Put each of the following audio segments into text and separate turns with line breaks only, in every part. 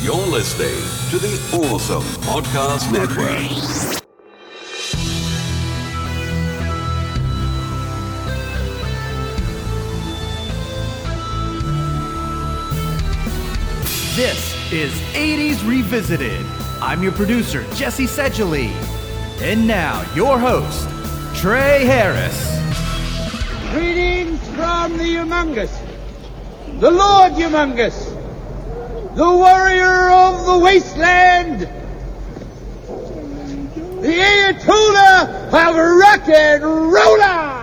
You're listening to the Awesome Podcast Network.
This is 80s Revisited. I'm your producer, Jesse Sedgley. And now, your host, Trey Harris.
Greetings from the humongous, the Lord humongous, the warrior of the wasteland, the Ayatollah of rock and roller.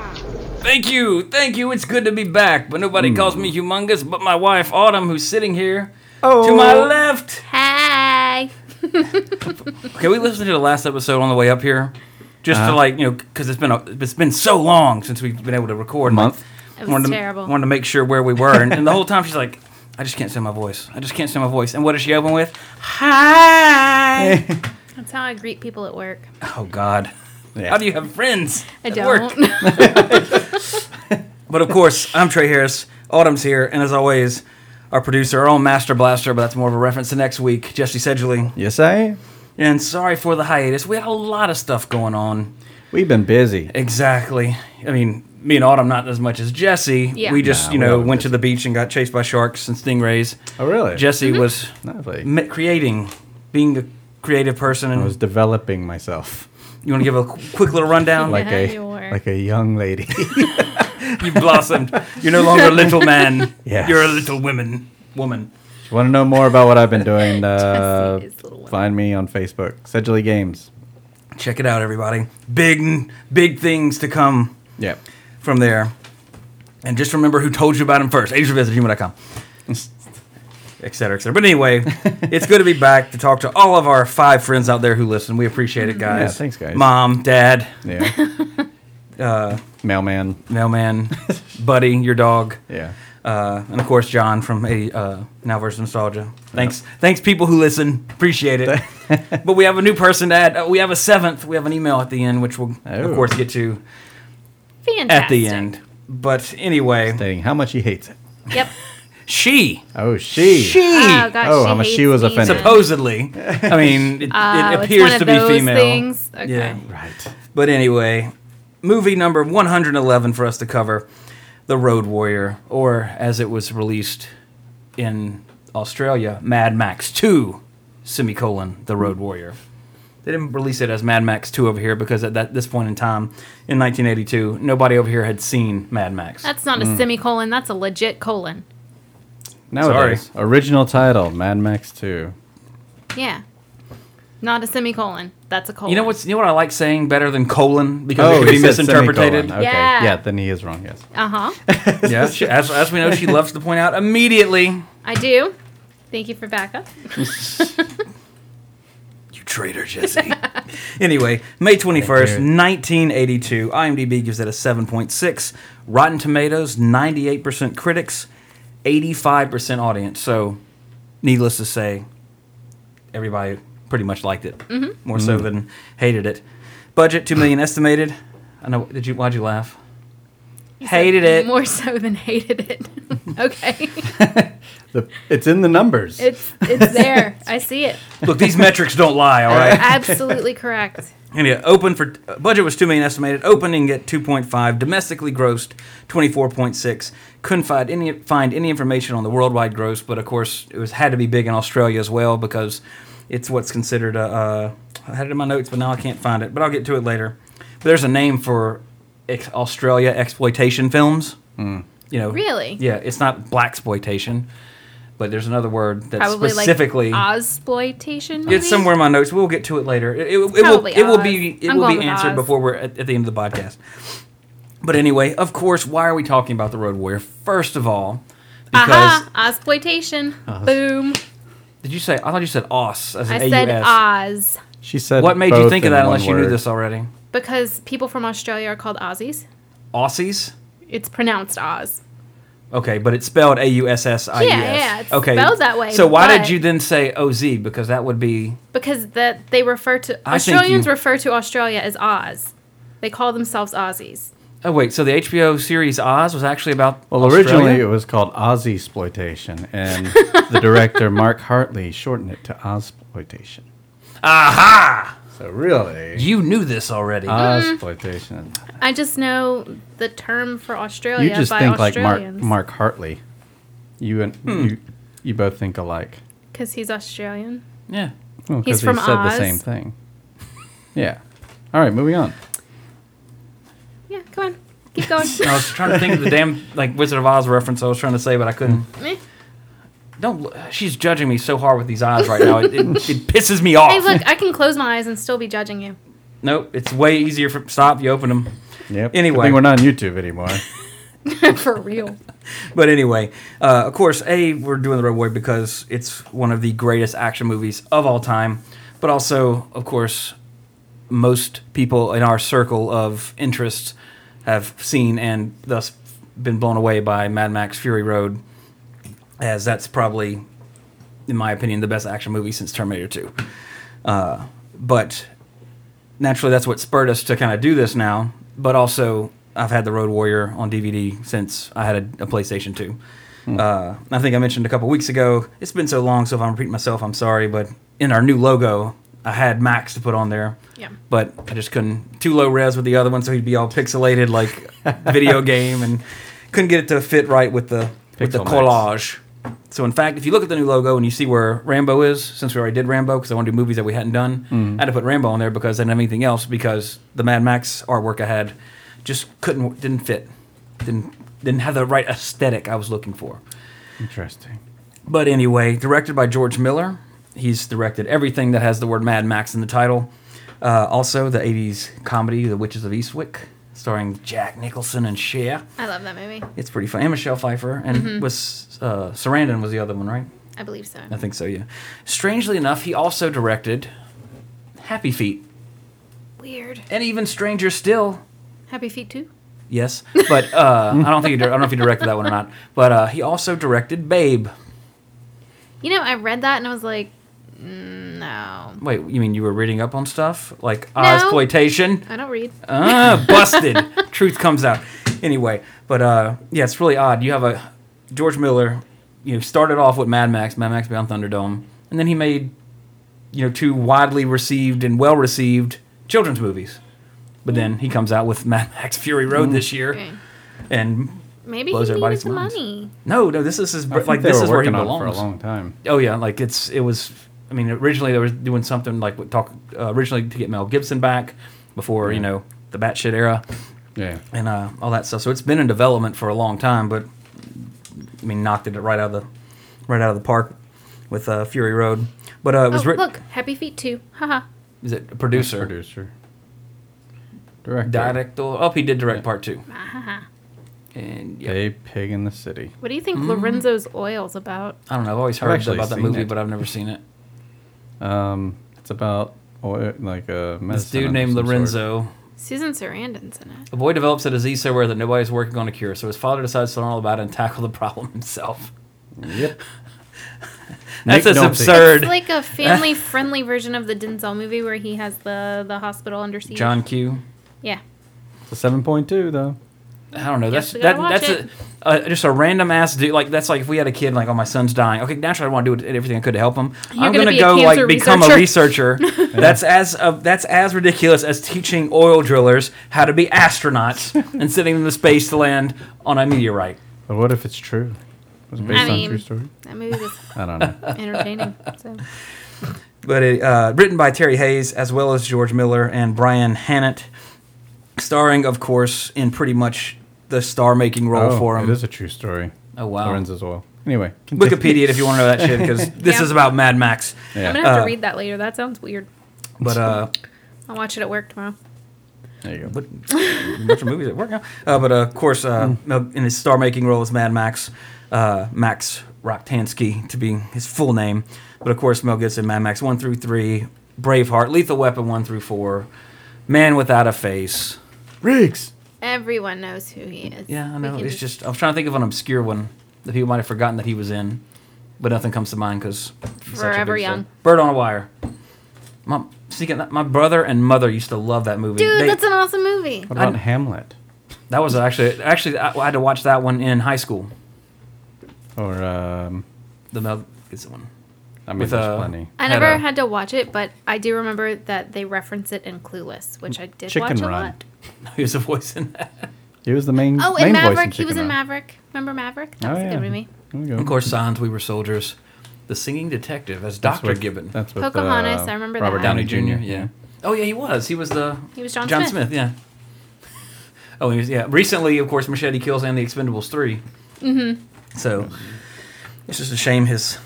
Thank you, thank you. It's good to be back. But nobody calls me humongous, but my wife Autumn, who's sitting here to my left.
Hi.
Okay, we listened to the last episode on the way up here, just to like you know, because it's been a, it's been so long since we've been able to record.
month.
It was
wanted to,
terrible.
Wanted to make sure where we were, and, and the whole time she's like, "I just can't say my voice. I just can't say my voice." And what does she open with? Hi.
That's how I greet people at work.
oh God. How do you have friends?
I
at
don't.
work? But of course, I'm Trey Harris. Autumn's here, and as always, our producer, our own Master Blaster, but that's more of a reference to next week, Jesse Sedgley.
Yes, I am.
And sorry for the hiatus. We had a lot of stuff going on.
We've been busy.
Exactly. I mean, me and Autumn, not as much as Jesse.
Yeah.
We just,
Nah,
you
we
know,
haven't
went to the beach and got chased by sharks and stingrays.
Oh, really?
Jesse was
Lovely.
me- creating, being a creative person. And
I was developing myself
you want to give a qu- quick little rundown?
like a
you were.
like a young lady.
You've blossomed. You're no longer a little man.
Yeah.
You're a little woman. Woman.
Want to know more about what I've been doing? Uh,
Jesse is little woman.
find me on Facebook, Sedgley Games.
check it out everybody big big things to come
Yep.
from there and just remember who told you about them first agerevisit.com et cetera, et cetera. but anyway it's good to be back to talk to all of our five friends out there who listen we appreciate it guys
Yeah, thanks, guys.
mom dad
Yeah. Uh, Mailman.
mailman buddy your dog
Yeah.
uh, and of course john from a uh, now versus nostalgia thanks thanks people who listen appreciate it but we have a new person to add Uh, we have a seventh we have an email at the end which we'll of
Oh.
course get to
Fantastic.
at the end. But anyway,
Stating how much he hates it.
Yep.
she
Oh, she.
she
Oh, gosh,
Oh,
she
how much she
hates
was
me
offended.
now.
supposedly. I mean, it,
Oh,
it
it's
appears
one
to
of
be
those
female.
Things. Okay.
Yeah.
Right.
But anyway, movie number 111 for us to cover, The Road Warrior, or as it was released in Australia, Mad Max 2 semicolon The Road Warrior. They didn't release it as Mad Max 2 over here because at that, this point in time, in 1982, nobody over here had seen Mad Max.
That's not a
Mm.
semicolon. That's a legit colon.
Nowadays, original title Mad Max 2.
Yeah. Not a semicolon. That's a colon.
You know what's you know what I like saying better than colon because it
Oh, he
could be
said
Oh, misinterpreted.
semicolon. Okay.
Yeah.
Yeah, then he is wrong, yes.
Uh huh.
yeah, she- as, as we know, she loves to point out immediately.
I do. Thank you for backup.
You traitor, Jesse. anyway, May twenty first,
Thank you.
nineteen eighty two. IMDb gives it a seven point six. Rotten Tomatoes, ninety eight percent critics, eighty five percent audience. So, needless to say, everybody pretty much liked it more so than hated it. Budget two million estimated. I know. Did you? Why'd you laugh? Hated it.
More so than hated it. okay.
The, it's in the numbers.
It's it's there. I see it.
Look, these metrics don't lie. All right.
Absolutely correct.
Anyway, open for uh, budget was two million estimated. Opening at two point five. Domestically grossed twenty four point six. Couldn't find any find any information on the worldwide gross, but of course it was had to be big in Australia as well because it's what's considered a. Uh, I had it in my notes, but now I can't find it. But I'll get to it later. But there's a name for ex- Australia exploitation films. You know,
Really?
Yeah, it's not black exploitation, but there's another word that
Probably
specifically
like Ozploitation. maybe?
it's somewhere in my notes. We'll get to it later. It, it, it will.
probably
It will
Oz.
be. It
I'm
will
going
be
with
answered
Oz.
before we're at, at the end of the podcast. But anyway, of course, why are we talking about the Road Warrior? First of all, because
Aha, Ozploitation. Boom.
did you say? I thought you said os as an
I said
AUS.
Oz
she said
What made you
both
think of
in
that?
one
Unless you knew
word.
this already.
because people from Australia are called Aussies.
Aussies.
It's pronounced Oz.
Okay, but it's spelled A U S S I E S.
Yeah, yeah, it's
okay.
spelled that way,
So why did
but-
you then say O Z? Because that would be
Because that they refer to
I think
Australians
you-
refer to Australia as Oz. They call themselves Aussies.
Oh wait, so the HBO series Oz was actually about
Well, originally it was called Aussie exploitation, and the director Mark Hartley shortened it to Ozploitation.
aha!
So really,
You knew this already.
Uh-huh.
Mm-hmm.
Ozploitation.
I just know the term for Australia
You just
Oh, by
think like Mark
Australians.
Mark Hartley. You and
Hmm.
you, you both think alike.
Because he's Australian.
yeah.
Well,
He's
'cause he
from
said the
Oz.
same thing. Yeah. All right, moving on.
Yeah, come on. Keep going.
I was trying to think of the damn like Wizard of Oz reference I was trying to say, but I couldn't.
Meh.
Don't. l- uh, She's judging me so hard with these eyes right now. It, it, it pisses me off.
hey, look, I can close my eyes and still be judging you.
Nope. It's way easier for stop. You open them.
Yep.
Anyway.
I think we're not on YouTube anymore.
for real.
But anyway, uh, of course, a we're doing the Road Warrior because it's one of the greatest action movies of all time. But also, of course, most people in our circle of interest have seen and thus been blown away by Mad Max Fury Road, as that's probably, in my opinion, the best action movie since Terminator 2. Uh, but naturally, that's what spurred us to kind of do this now. But also, I've had the Road Warrior on DVD since I had a, a PlayStation 2. Uh, I think I mentioned a couple weeks ago. It's been so long, so if I'm repeating myself, I'm sorry. But in our new logo, I had Max to put on there.
Yeah.
But I just couldn't. Too low res with the other one, so he'd be all pixelated like video game, and couldn't get it to fit right with the with the
Pixel Max.
collage. So in fact, if you look at the new logo and you see where Rambo is, since we already did Rambo, because I want to do movies that we hadn't done,
Mm-hmm.
I had to put Rambo on there because I didn't have anything else because the Mad Max artwork I had just couldn't didn't fit, didn't didn't have the right aesthetic I was looking for.
Interesting.
But anyway, directed by George Miller. He's directed everything that has the word Mad Max in the title. Uh, also, the 80s comedy, The Witches of Eastwick, starring Jack Nicholson and Cher.
I love that movie.
It's pretty fun. And Michelle Pfeiffer. And was uh, Sarandon was the other one, right?
I believe so.
I think so, yeah. Strangely enough, he also directed Happy Feet.
Weird.
And even stranger still,
Happy Feet too.
yes. But uh, I don't think he, dir- I don't know if he directed that one or not. But uh, he also directed Babe.
You know, I read that and I was like, mm, no,
Wait, you mean you were reading up on stuff like Ozploitation?
I don't read.
Ah, busted. Truth comes out. Anyway, but uh, yeah, it's really odd. You have a George Miller. You know, started off with Mad Max, Mad Max Beyond Thunderdome, and then he made you know two widely received and well received children's movies. But then he comes out with Mad Max Fury Road this year,
Okay.
and
Maybe
Blows
he needed
everybody's
the
minds.
money.
no, no, this is his
I think
like
they
this
were
is where he
working on it
belongs.
for a long time.
Oh yeah, like it's it was. I mean, originally they were doing something like with talk uh, originally to get Mel Gibson back before you know the batshit era
Yeah.
and uh, all that stuff. So it's been in development for a long time, but I mean, knocked it right out of the right out of the park with uh, Fury Road. But uh, it
Oh,
was writ-
look, Happy Feet too. Haha.
Is it a producer?
Producer. Director.
Director. Oh, he did direct part two.
Haha.
And yeah,
Babe Pig in the City.
What do you think
Mm-hmm.
Lorenzo's oil's about?
I don't know. I've always
I've
heard
actually
about that
seen
movie,
it.
but I've never seen it.
Um, it's about oil, like a medicine
This dude
of
named
some sort.
Lorenzo.
Susan Sarandon's in it.
A boy develops a disease so rare that nobody's working on a cure, so his father decides to learn all about it and tackle the problem himself.
Yep.
That's
Nick
just
Nolte.
absurd.
It's like a family-friendly version of the Denzel movie where he has the the hospital under siege.
John Q.
Yeah.
It's a seven point two though.
I don't know. That's
Guess we gotta
that,
watch
that's
it.
a, uh, just a random ass dude. Like that's like if we had a kid like oh my son's dying. Okay, naturally I want to do everything I could to help him. I'm
gonna
gonna,
be a
go like
cancer
become a researcher. that's as uh, that's as ridiculous as teaching oil drillers how to be astronauts and sending them to space to land on a meteorite.
But what if it's true? Was it based
I
on
mean-
true story?
That movie was
I don't know.
entertaining. So
but it, uh, written by Terry Hayes as well as George Miller and Brian Hannett, starring, of course, in pretty much the star-making role
oh,
for him.
It is a true story.
Oh, wow.
Lorenzo's oil. Anyway. continue.
Wikipedia it if you want to know that shit, because this
Yeah.
is about Mad Max.
I'm
Yeah.
gonna have
Uh,
to read that later. That sounds weird.
But uh,
I'll watch it at work tomorrow.
there you go.
but bunch of movies at work now. Uh, but uh, of course, uh, in his star-making role as Mad Max, uh, Max Rocktansky to be his full name. But of course, Mel Gibson, Mad Max one through three, Braveheart, Lethal Weapon one through four, Man Without a Face.
Riggs.
Everyone knows who he is.
Yeah, I
We
know.
can
It's just I was trying to think of an obscure one that people might have forgotten that he was in, but nothing comes to mind because
Forever Young.
Bird on a Wire. My, speaking of that, my brother and mother used to love that movie.
Dude,
They-
that's an awesome movie.
What about
I-
Hamlet?
That was actually actually I I had to watch that one in high school.
Or um,
The Mel is the one.
I mean,
With,
there's
uh,
plenty.
I
Had
never
a-
had to watch it, but I do remember that they reference it in Clueless, which I did
Chicken
watch a
Run.
lot.
He was a voice in that.
He was the main.
Oh,
main
in
voice
Maverick, he was
Chicken
in
Run.
Maverick. Remember Maverick?
Oh,
That was a
yeah.
good movie.
There we go.
Of course, signs we were soldiers. The singing detective as
That's
Doctor
with-
Gibbon.
That's with,
Pocahontas,
uh,
I remember
Robert
that.
Downey
Downey
Jr. Yeah. Oh yeah, he was. He was the.
He was John
Smith.
Smith.
Yeah. Oh, he was, yeah. Recently, of course, Machete Kills and The Expendables 3 Mm-hmm. So it's just a shame his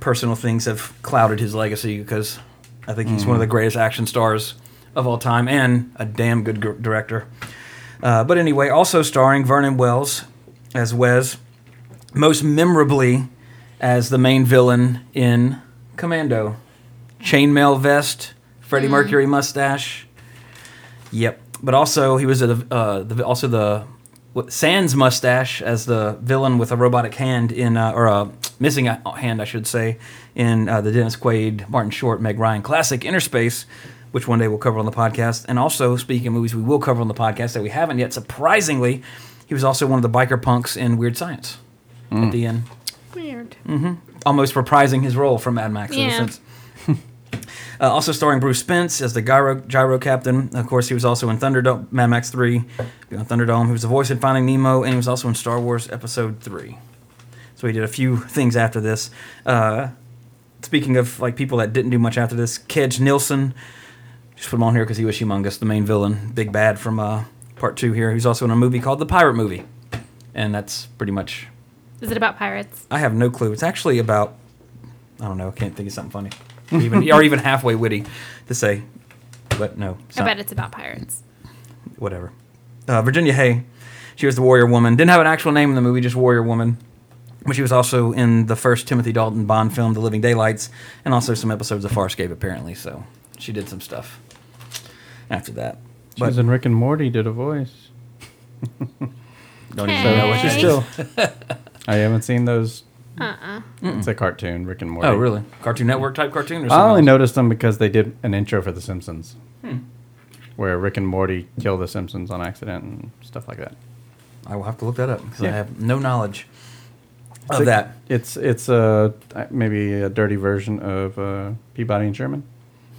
personal things have clouded his legacy because I think he's one of the greatest action stars of all time and a damn good gr- director. Uh, but anyway, also starring Vernon Wells as Wes, most memorably as the main villain in Commando chainmail vest, Freddie Mercury mustache. Yep. But also he was the, uh, the also the what, Sans mustache as the villain with a robotic hand in uh, or a missing a hand I should say in uh, the Dennis Quaid, Martin Short, Meg Ryan classic Interspace, which one day we'll cover on the podcast. And also speaking of movies we will cover on the podcast that we haven't yet surprisingly, he was also one of the biker punks in Weird Science at the end
Weird.
almost reprising his role from Mad Max in a
Yeah.
sense. Uh, also starring Bruce Spence as the gyro, gyro captain. Of course, he was also in Thunderdome, Mad Max 3, you know, Thunderdome. He was the voice in Finding Nemo, and he was also in Star Wars Episode 3. So he did a few things after this. Uh, speaking of like people that didn't do much after this, Kedge Nilsson. Just put him on here because he was humongous, the main villain, Big Bad from uh, Part 2 here. He's also in a movie called The Pirate Movie. And that's pretty much
Is it about pirates?
I have no clue. It's actually about I don't know. I can't think of something funny, even or even halfway witty to say. But no, it's
I
not-
bet it's about pirates.
whatever. Uh, Virginia Hay, she was the warrior woman. Didn't have an actual name in the movie, just warrior woman. But she was also in the first Timothy Dalton Bond film, The Living Daylights, and also some episodes of Farscape apparently. So she did some stuff after that.
She was in Rick and Morty. Did a voice.
Don't even
Hey.
know what she's
Hey.
still.
I haven't seen those.
Uh-uh.
It's a cartoon, Rick and Morty.
Oh really? Cartoon Network type cartoon or something?
I only
else?
noticed them because they did an intro for The Simpsons,
Hmm.
where Rick and Morty kill The Simpsons on accident and stuff like that.
I will have to look that up because I
Yeah.
have no knowledge of
It's a-
that.
It's it's a uh, maybe a dirty version of uh, Peabody and Sherman,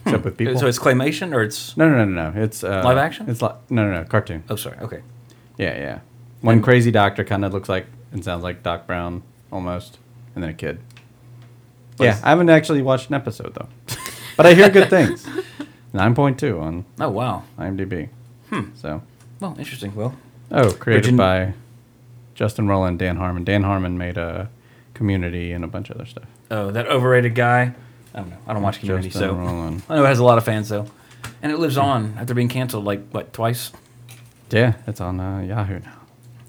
except with people.
Hmm. So it's claymation or it's
no, no, no, no, no. It's uh,
Live action?
It's li- no, no, no, cartoon.
Oh, sorry. Okay.
Yeah, yeah. One crazy doctor kind of looks like and sounds like Doc Brown almost, and then a kid. yeah,
is-
I haven't actually watched an episode though, but I hear good things. Nine point two on
Oh, wow.
IMDb. Hmm. So,
Well, interesting. Well,
oh, created
Virgin-
by Justin Roland, Dan Harmon. Dan Harmon made a Community and a bunch of other stuff.
oh, that overrated guy. I don't know. I don't watch Community,
Justin
so
Roiland.
I know it has a lot of fans though, and it lives on after being canceled like what twice.
Yeah, it's on uh, Yahoo now.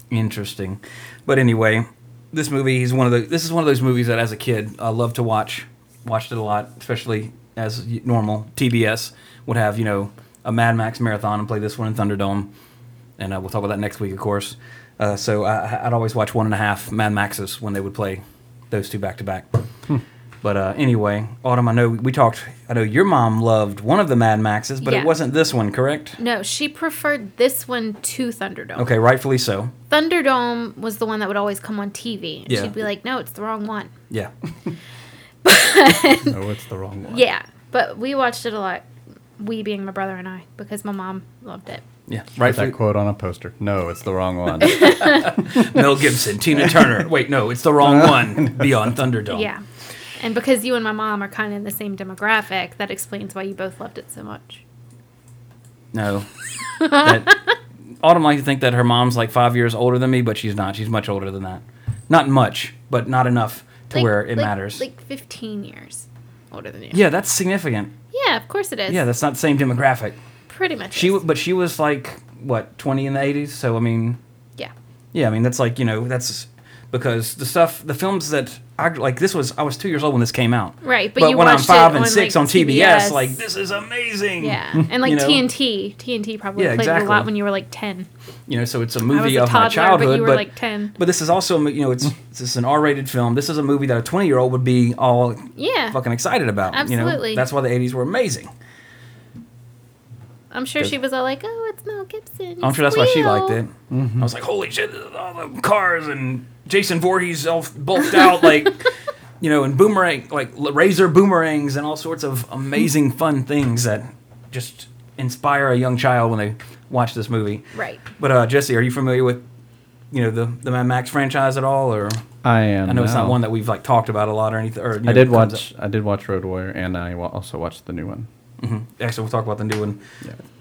Interesting, but anyway, this movie is one of the. This is one of those movies that as a kid I loved to watch. Watched it a lot, especially as y- normal TBS would have you know a Mad Max marathon and play this one in Thunderdome, and uh, we'll talk about that next week, of course. Uh, so I, I'd always watch one and a half Mad Maxes when they would play those two back to back. But uh, anyway, Autumn, I know we talked. I know your mom loved one of the Mad Maxes, but
Yeah.
it wasn't this one, correct?
No, she preferred this one to Thunderdome.
Okay, rightfully so.
Thunderdome was the one that would always come on TV. And
Yeah.
She'd be like, no, it's the wrong one.
Yeah.
No, it's the wrong one.
Yeah, but we watched it a lot. We being my brother and I, because my mom loved it.
Yeah,
Write
rightfully.
that quote on a poster. No, it's the wrong one.
Mel Gibson, Tina Turner. Wait, no, it's the wrong one. Beyond Thunderdome.
Yeah. And because you and my mom are kind of in the same demographic, that explains why you both loved it so much.
No. That, Autumn likes to think that her mom's like five years older than me, but she's not. She's much older than that. Not much, but not enough to
Like-
where it
like-
matters.
Like 15 years older than you.
yeah, that's significant.
Yeah, of course it is.
Yeah, that's not the same demographic.
pretty much.
She,
is.
w- but she was like what twenty in the eighties. So I mean,
yeah.
Yeah, I mean that's like you know that's because the stuff, the films that I like. This was I was two years old when this came out.
Right, but you
when I'm
watched
five
it
and
on,
six
like,
on TBS,
TBS.
like this is amazing.
Yeah. And like
You know?
TNT. TNT probably
Yeah,
played a
exactly.
lot when you were like 10.
you know, so it's a movie of
I was a toddler,
my childhood.
but you were like 10.
but this is also a mo- you know it's this is an R-rated film. This is a movie that a twenty-year-old would be all
Yeah.
fucking excited about. You
Absolutely.
know? That's why the eighties were amazing.
I'm sure she was all like, "Oh, it's Mel Gibson."
I'm sure that's why she liked
Squeal.
it. I was like, holy shit, all the cars and Jason Voorhees all bulked out, like, you know, and boomerang, like l- razor boomerangs and all sorts of amazing, fun things that just inspire a young child when they watch this movie.
Right.
But, uh, Jesse, are you familiar with, you know, the, the Mad Max franchise at all? Or
I am.
I know it's not
now.
one that we've, like, talked about a lot or anything. Or, you know,
I did
comes up.
watch. I did watch Road Warrior, and I wa- also watched the new one.
Actually, we'll talk about the new one.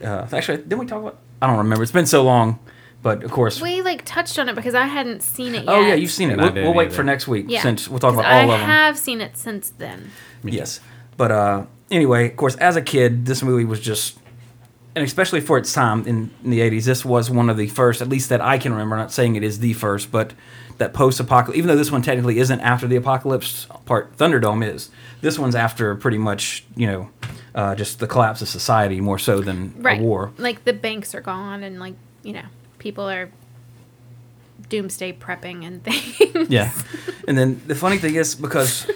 Uh, actually, didn't we talk about? I don't remember. It's been so long, but of course.
We like touched on it because I hadn't seen it yet.
oh yeah, you've seen it.
And I
We'll,
didn't
we'll wait
either.
for next week
Yeah.
since we'll talk
'Cause
about all
I
of them.
have seen it since then.
Yes, but uh, anyway, of course, as a kid, this movie was just, and especially for its time in, in the '80s, this was one of the first, at least that I can remember. Not saying it is the first, but that post-apocalypse. Even though this one technically isn't after the apocalypse part, Thunderdome is. This one's after pretty much, you know, uh, just the collapse of society more so than
Right.
a war.
Like the banks are gone, and like you know, people are doomsday prepping and things.
Yeah. and then the funny thing is because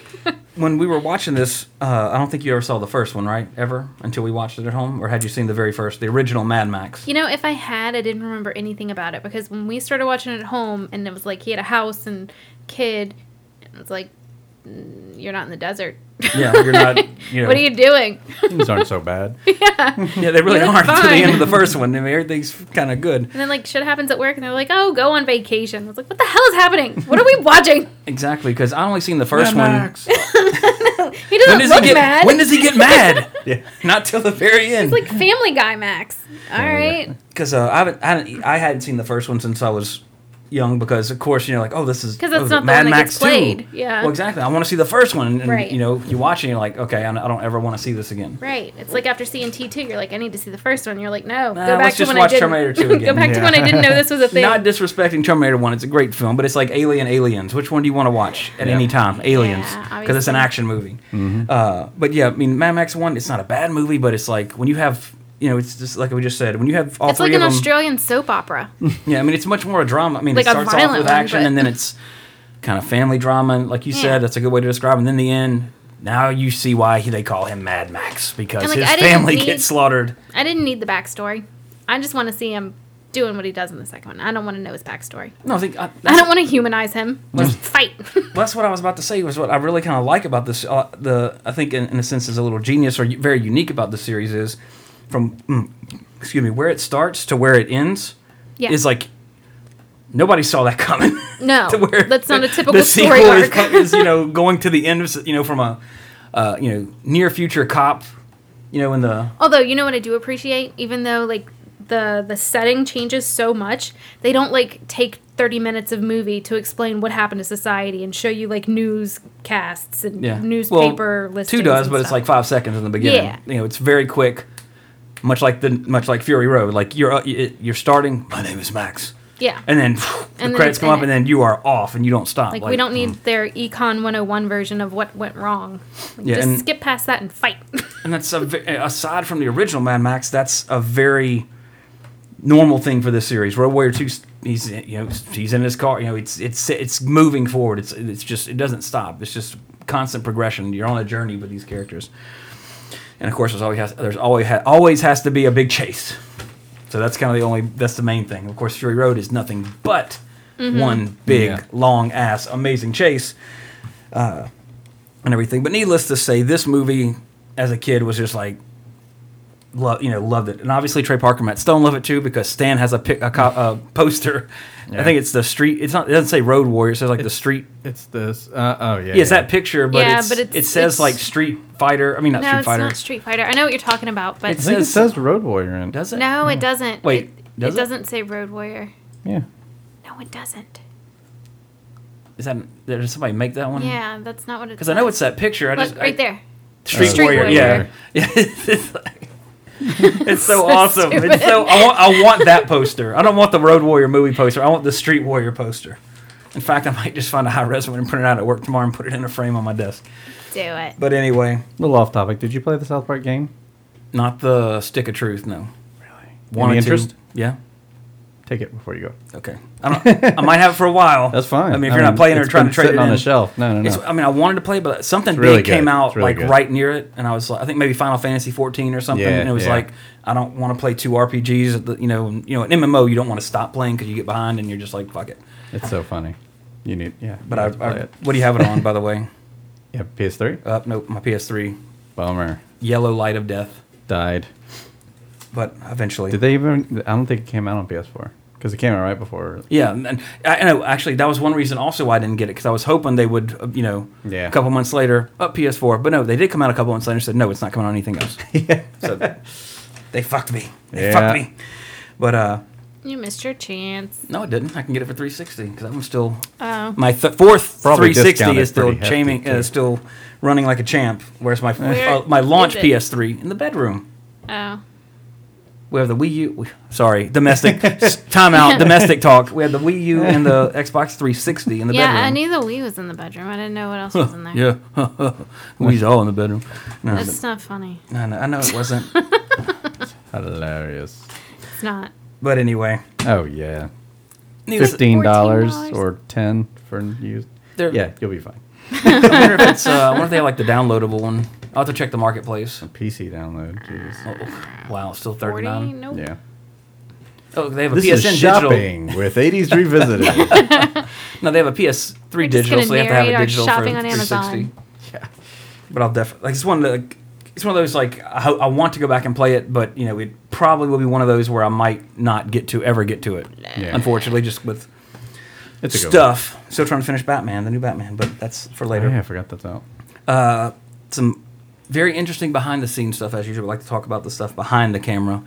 when we were watching this, uh, I don't think you ever saw the first one, right? Ever until we watched it at home, or had you seen the very first, the original Mad Max?
You know, if I had, I didn't remember anything about it because when we started watching it at home, and it was like he had a house and kid, and it was like, "Mm, you're not in the desert.
Yeah, you're not. You know,
What are you doing?
These aren't so bad.
yeah, they really
You look
aren't until the
fine.
end of the first one. I mean, everything's kind of good.
And then like shit happens at work, and they're like, "Oh, go on vacation." I was like, "What the hell is happening? What are we watching?"
Exactly, because I only seen the first one.
He doesn't
When does
look
he get?
mad.
When does he get mad?
Yeah.
Not till the very end.
He's like Family Guy Max. All right.
Because uh, I haven't, I, haven't, I hadn't seen the first one since I was young. Because of course, you know, like, oh, this is
'Cause that's
oh,
not the
Mad
one that
Max
gets
2.
played. Yeah.
Well, exactly. I want to see the first one, and
Right.
you know, you watch it, and you're like, okay, I, I don't ever want to see this again.
Right. It's like after seeing T2, you're like, I need to see the first one. You're like, no,
Nah,
go back
let's
to
just
when
watch
I didn't.
Terminator 2 again.
go back to when I didn't know this was a thing.
Not disrespecting Terminator One; it's a great film, but it's like Alien, Aliens. Which one do you want to watch at
Yeah.
any time? Aliens,
Yeah,
because it's an
obviously.
action movie. Uh, but yeah, I mean, Mad Max One. It's not a bad movie, but it's like when you have, you know, it's just like we just said, when you have all
it's
three
like an
of them.
Australian soap opera.
Yeah, I mean, it's much more a drama. I mean,
Like
it
a
starts off
violent
with
one,
action,
but-
and then it's kind of family drama, and like you
Yeah.
said, that's a good way to describe. it. And then the end, now you see why he, they call him Mad Max because
And, like,
his
I didn't
family
need-
gets slaughtered.
I didn't need the backstory. I just want to see him doing what he does in the second one. I don't want to know his backstory.
No, I think I, that's,
I don't want to humanize him.
Mm.
Just fight.
that's what I was about to say. Was what I really kind of like about this. Uh, the I think in, in a sense is a little genius or u- very unique about the series is from mm, excuse me where it starts to where it ends
Yeah.
is like nobody saw that coming.
no.
to where
that's not a typical
the
story
sequel is,
arc.
is you know going to the end of s- you know from a uh, you know near future cop you know in the
Although you know what I do appreciate, even though like the the setting changes so much, they don't like take thirty minutes of movie to explain what happened to society and show you like newscasts and
yeah
newspaper
well,
listings.
two does
and
but it's
stuff.
like five seconds in the beginning
Yeah.
you know it's very quick much like the much like Fury Road like you're uh, y- you're starting my name is Max
yeah.
and then the
then
credits
it's
come up
in
and
it.
then you are off and you don't stop
like, we don't need
mm.
their econ 101 version of what went wrong. Like,
Yeah,
just
and-
skip past that and fight.
And that's a, ve- aside from the original Mad Max, that's a very normal thing for this series. Road Warrior Two, he's you know he's in his car, you know it's it's it's moving forward. It's it's just it doesn't stop. It's just constant progression. You're on a journey with these characters, and of course there's always has, there's always ha- always has to be a big chase. So that's kind of the only that's the main thing. Of course, Fury Road is nothing but one big
Yeah.
long ass amazing chase uh, and everything. But needless to say, this movie as a kid was just like, love, you know, loved it. And obviously Trey Parker, Matt Stone love it too because Stan has a pic, a, co- a poster. I think it's the street. It's not. It doesn't say Road Warrior. It says like the street.
It's this. Uh, oh yeah.
Yeah, it's that picture, but,
Yeah,
it's,
but it's-
it says
it's-
like Street Fighter. I mean, not
no,
Street
it's
Fighter.
not Street Fighter. I know what you're talking about, but
I
It's-
think it says Road Warrior in. it.
Does it?
no, it doesn't.
Wait,
it,
does
it
it?
doesn't say Road Warrior.
Yeah.
No, it doesn't.
Is that? Did somebody make that one?
Yeah, that's not what it.
Because Hmm. I know it's that picture. I
Look,
just I-
right there.
Street,
Street
Warrior.
Warrior.
Yeah. it's like- it's so, awesome. It's so I want, I want that poster. I don't want the Road Warrior movie poster. I want the Street Warrior poster. In fact, I might just find a high res one and print it out at work tomorrow and put it in a frame on my desk.
Do it.
But anyway,
A little off topic. Did you play the South Park game?
not the stick of truth. No,
Really?
Wanted
Any
to.
interest?
Yeah,
Take it before you go.
Okay. I don't. I might have it for a while.
That's fine.
I mean, if
I
you're
mean,
not playing or
it's
trying
been
to trade
sitting
it
on
in,
the shelf. No, no,
It's,
no.
I mean, I wanted to play, but something
really
big came
good.
out
It's really
like
good.
right near it, and I was like, I think maybe Final Fantasy 14 or something,
Yeah,
and it was
yeah.
like, I don't want to play two RPGs. At the, you know, and, you know, an MMO, you don't want to stop playing because you get behind, and you're just like, fuck it.
It's so funny. You need, yeah.
But
you
I,
have to play
I
it.
what do you have it on, by the way?
Yeah, PS3.
Uh, nope, my PS3,
Bummer.
Yellow Light of Death.
Died.
But eventually,
Did they even? I don't think it came out on PS4 because it came out right before.
Yeah, and and I I know actually that was one reason also why I didn't get it because I was hoping they would, uh, you know,
Yeah.
a couple months later uh, up PS4, but no, they did come out a couple months later and said no, it's not coming out on anything else. yeah, so they fucked me. They
Yeah.
fucked me. But uh,
You missed your chance.
no, it didn't. I can get it for 360 because I'm still
Oh.
my th- fourth
Probably
360 is
discounted
still
pretty hefty,
chaining,
too.
uh, still running like a champ. Whereas my
Where
uh, my launch
is it?
PS3 in the bedroom.
Oh.
We have the Wii U. we- Sorry, domestic s- timeout. Domestic talk. We had the Wii U and the Xbox 360 in the
Yeah,
bedroom.
I knew the Wii was in the bedroom. I didn't know what else was in there.
Yeah, we's all in the bedroom. No,
That's not funny.
but- no, no, I know it wasn't.
Hilarious.
It's not.
but anyway,
Oh yeah.
needless-
Fifteen dollars
$14.
or ten for used.
They're-
Yeah, you'll be fine.
I wonder if it's. Uh, I wonder if they have like the downloadable one. I'll have to check the marketplace.
PC download. Jeez.
Wow, it's still
40?
thirty nine.
Nope.
Yeah.
Oh, they have a
This
PSN
is
digital.
shopping with 80s revisited.
No, they have a PS3
We're just
digital,
gonna
so they have to have
narrate
a
our
digital
shopping
for
on
360.
Amazon.
yeah.
But I'll definitely like it's one of the. It's one of those like I, ho- I want to go back and play it, but you know it probably will be one of those where I might not get to ever get to it.
Yeah.
Unfortunately, just with
It's a good
stuff. Still trying to finish Batman, the new Batman, but that's for
One.
later.
Oh, yeah, I forgot that's out.
some very interesting behind the scenes stuff as usual. We like to talk about the stuff behind the camera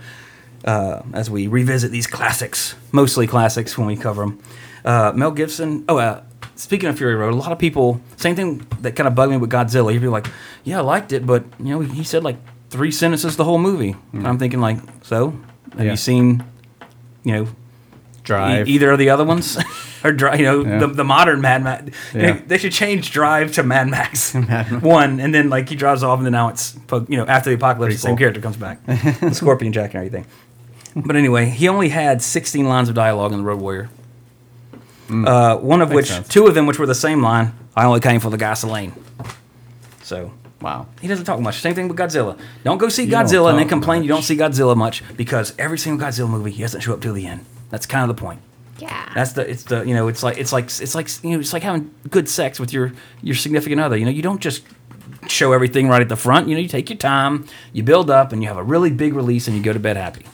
uh, as we revisit these classics, mostly classics when we cover them. Uh, Mel Gibson. Oh, uh, speaking of Fury Road, a lot of people. Same thing that kind of bugged me with Godzilla. You'd be like, "Yeah, I liked it," but you know, he said like three sentences the whole movie. And I'm thinking like, so have
Yeah.
you seen, you know,
Drive.
E- either of the other ones, or Dri You know,
Yeah.
the, the modern Mad Max.
Yeah.
They, they should change Drive to Mad Max one, and then like he drives off, and then now it's po- you know after the apocalypse, the same character comes back, the Scorpion Jack and everything. But anyway, he only had 16 lines of dialogue in the Road Warrior. Uh, one of which,
Mm. sense.
two of them, which were the same line. I only came for the gasoline. So
Wow.
he doesn't talk much. Same thing with Godzilla. Don't go see
don't
Godzilla and then
talk
complain you don't
much.
see Godzilla much because every single Godzilla movie he doesn't show up till the end. That's kind of the point.
Yeah.
That's the it's the you know it's like it's like it's like you know it's like having good sex with your your significant other. You know you don't just show everything right at the front. You know you take your time, you build up, and you have a really big release, and you go to bed happy.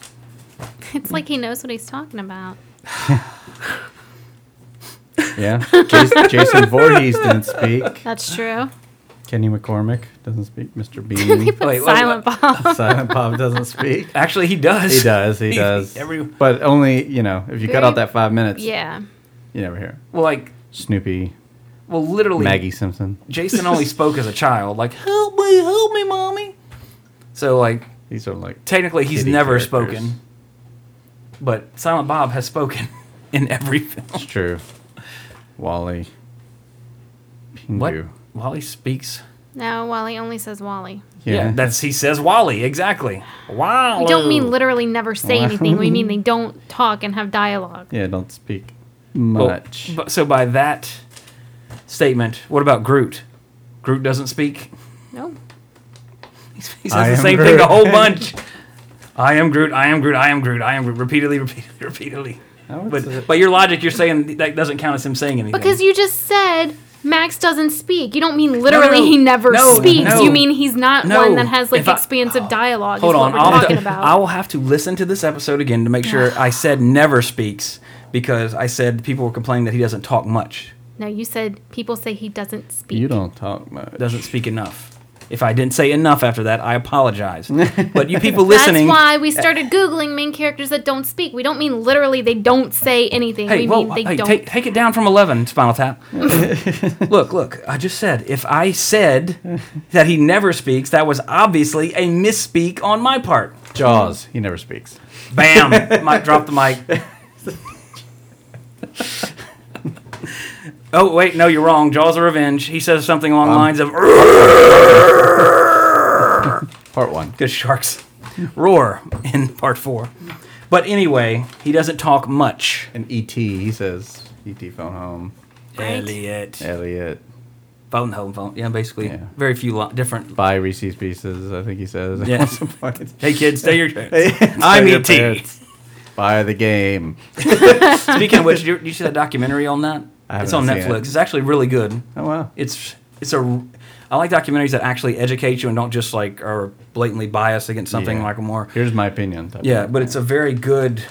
it's like he knows what he's talking about.
Yeah. Jason, Jason Voorhees didn't speak.
That's
Uh,
true.
Kenny McCormick doesn't speak. Mr.
he
Bean.
put
Wait, wait,
silent bomb.
Silent Bob doesn't speak.
Actually, he does.
He does. He does.
Every well,
But only, you know, if you cut
Very-
out that five minutes,
Yeah.
you never hear. it.
like
Snoopy,
well, literally
Maggie Simpson.
Jason only spoke as a child, like help me, help me, mommy. So like
These are like
technically he's
Kitty
never
characters.
spoken, but Silent Bob has spoken in every film.
It's true. Wally. Pingu.
What? Wally speaks.
No, Wally only says Wally.
Yeah.
Yeah, that's he says Wally exactly. Wow.
We don't mean literally never say anything. We mean they don't talk and have dialogue.
yeah, don't speak much.
But, so by that statement, what about Groot? Groot doesn't speak.
No.
I
He says the
am
same thing
Groot.
a whole bunch. I am Groot. I am Groot. I am Groot. I am Groot. Repeatedly, repeatedly, repeatedly.
I would say-
But by your logic, you're saying that doesn't count as him saying anything.
Because you just said Max doesn't speak. You don't mean literally
no.
he never
No,
speaks.
no.
You mean he's not
No.
one that has like
If I- Oh,
expansive dialogue.
Hold
is
on,
what
I'll
we're
have
talking
to-
about.
I will have to listen to this episode again to make sure I said never speaks because I said people were complaining that he doesn't talk much,
no, you said people say he doesn't speak.
you don't talk much.
doesn't speak enough. If I didn't say enough after that, I apologize. but you people
That's
listening,
why we started googling main characters that don't speak. We don't mean literally they don't say anything.
Hey,
we
whoa,
mean they
hey,
don't.
take, take it down from 11, Spinal Tap. look, look, I just said, if I said that he never speaks, that was obviously a misspeak on my part.
Jaws. He never speaks.
Bam! mic, drop the mic. oh, wait, no, you're wrong. Jaws of Revenge. He says something along the lines of,
Part one.
because sharks roar in part four. But anyway, he doesn't talk much.
And ET, he says, ET phone home.
Right.
Elliot.
Elliot,
Phone, home, phone. Yeah, basically.
Yeah.
Very few li- different.
buy Reese's Pieces, I think he says. at
Yeah.
some point.
Hey, kids, stay your parents.
Tell
I'm
your
E.T.
parents. Buy the game.
Speaking of which, did you, did you see that documentary on that?
I
it's on
haven't seen
Netflix.
it.
It's actually really good.
Oh, wow.
It's it's a I like documentaries that actually educate you and don't just like are blatantly biased against something
Yeah.
like more.
Here's my opinion. type
Yeah,
of-
but it's a very good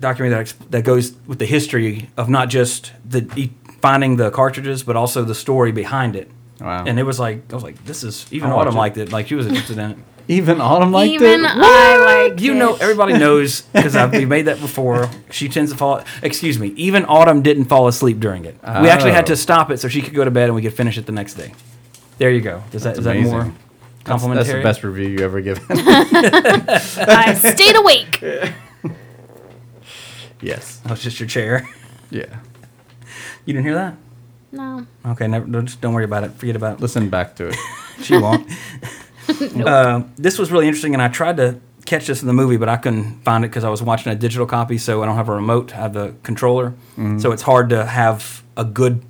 documentary that ex- that goes with the history of not just the e- finding the cartridges, but also the story behind it.
Wow.
And it was like I was like, this is even
I'll watch
Autumn
it.
liked it. Like she was interested in it.
Even Autumn liked
Even
it.
I like
You know, everybody knows because we've made that before. She tends to fall. Excuse me. Even Autumn didn't fall asleep during it. We actually had
Oh.
to stop it so she could go to bed and we could finish it the next day. There you go. Is that is that
amazing.
more
That's-
complimentary?
That's the best review you ever give.
I stayed awake.
yes.
That was just your chair.
Yeah.
You didn't hear that?
No.
Okay, never, don't, just don't worry about it. Forget about it.
Listen back to it.
She won't. uh, this was really interesting, and I tried to catch this in the movie, but I couldn't find it because I was watching a digital copy, so I don't have a remote. I have the controller, so it's hard to have a good,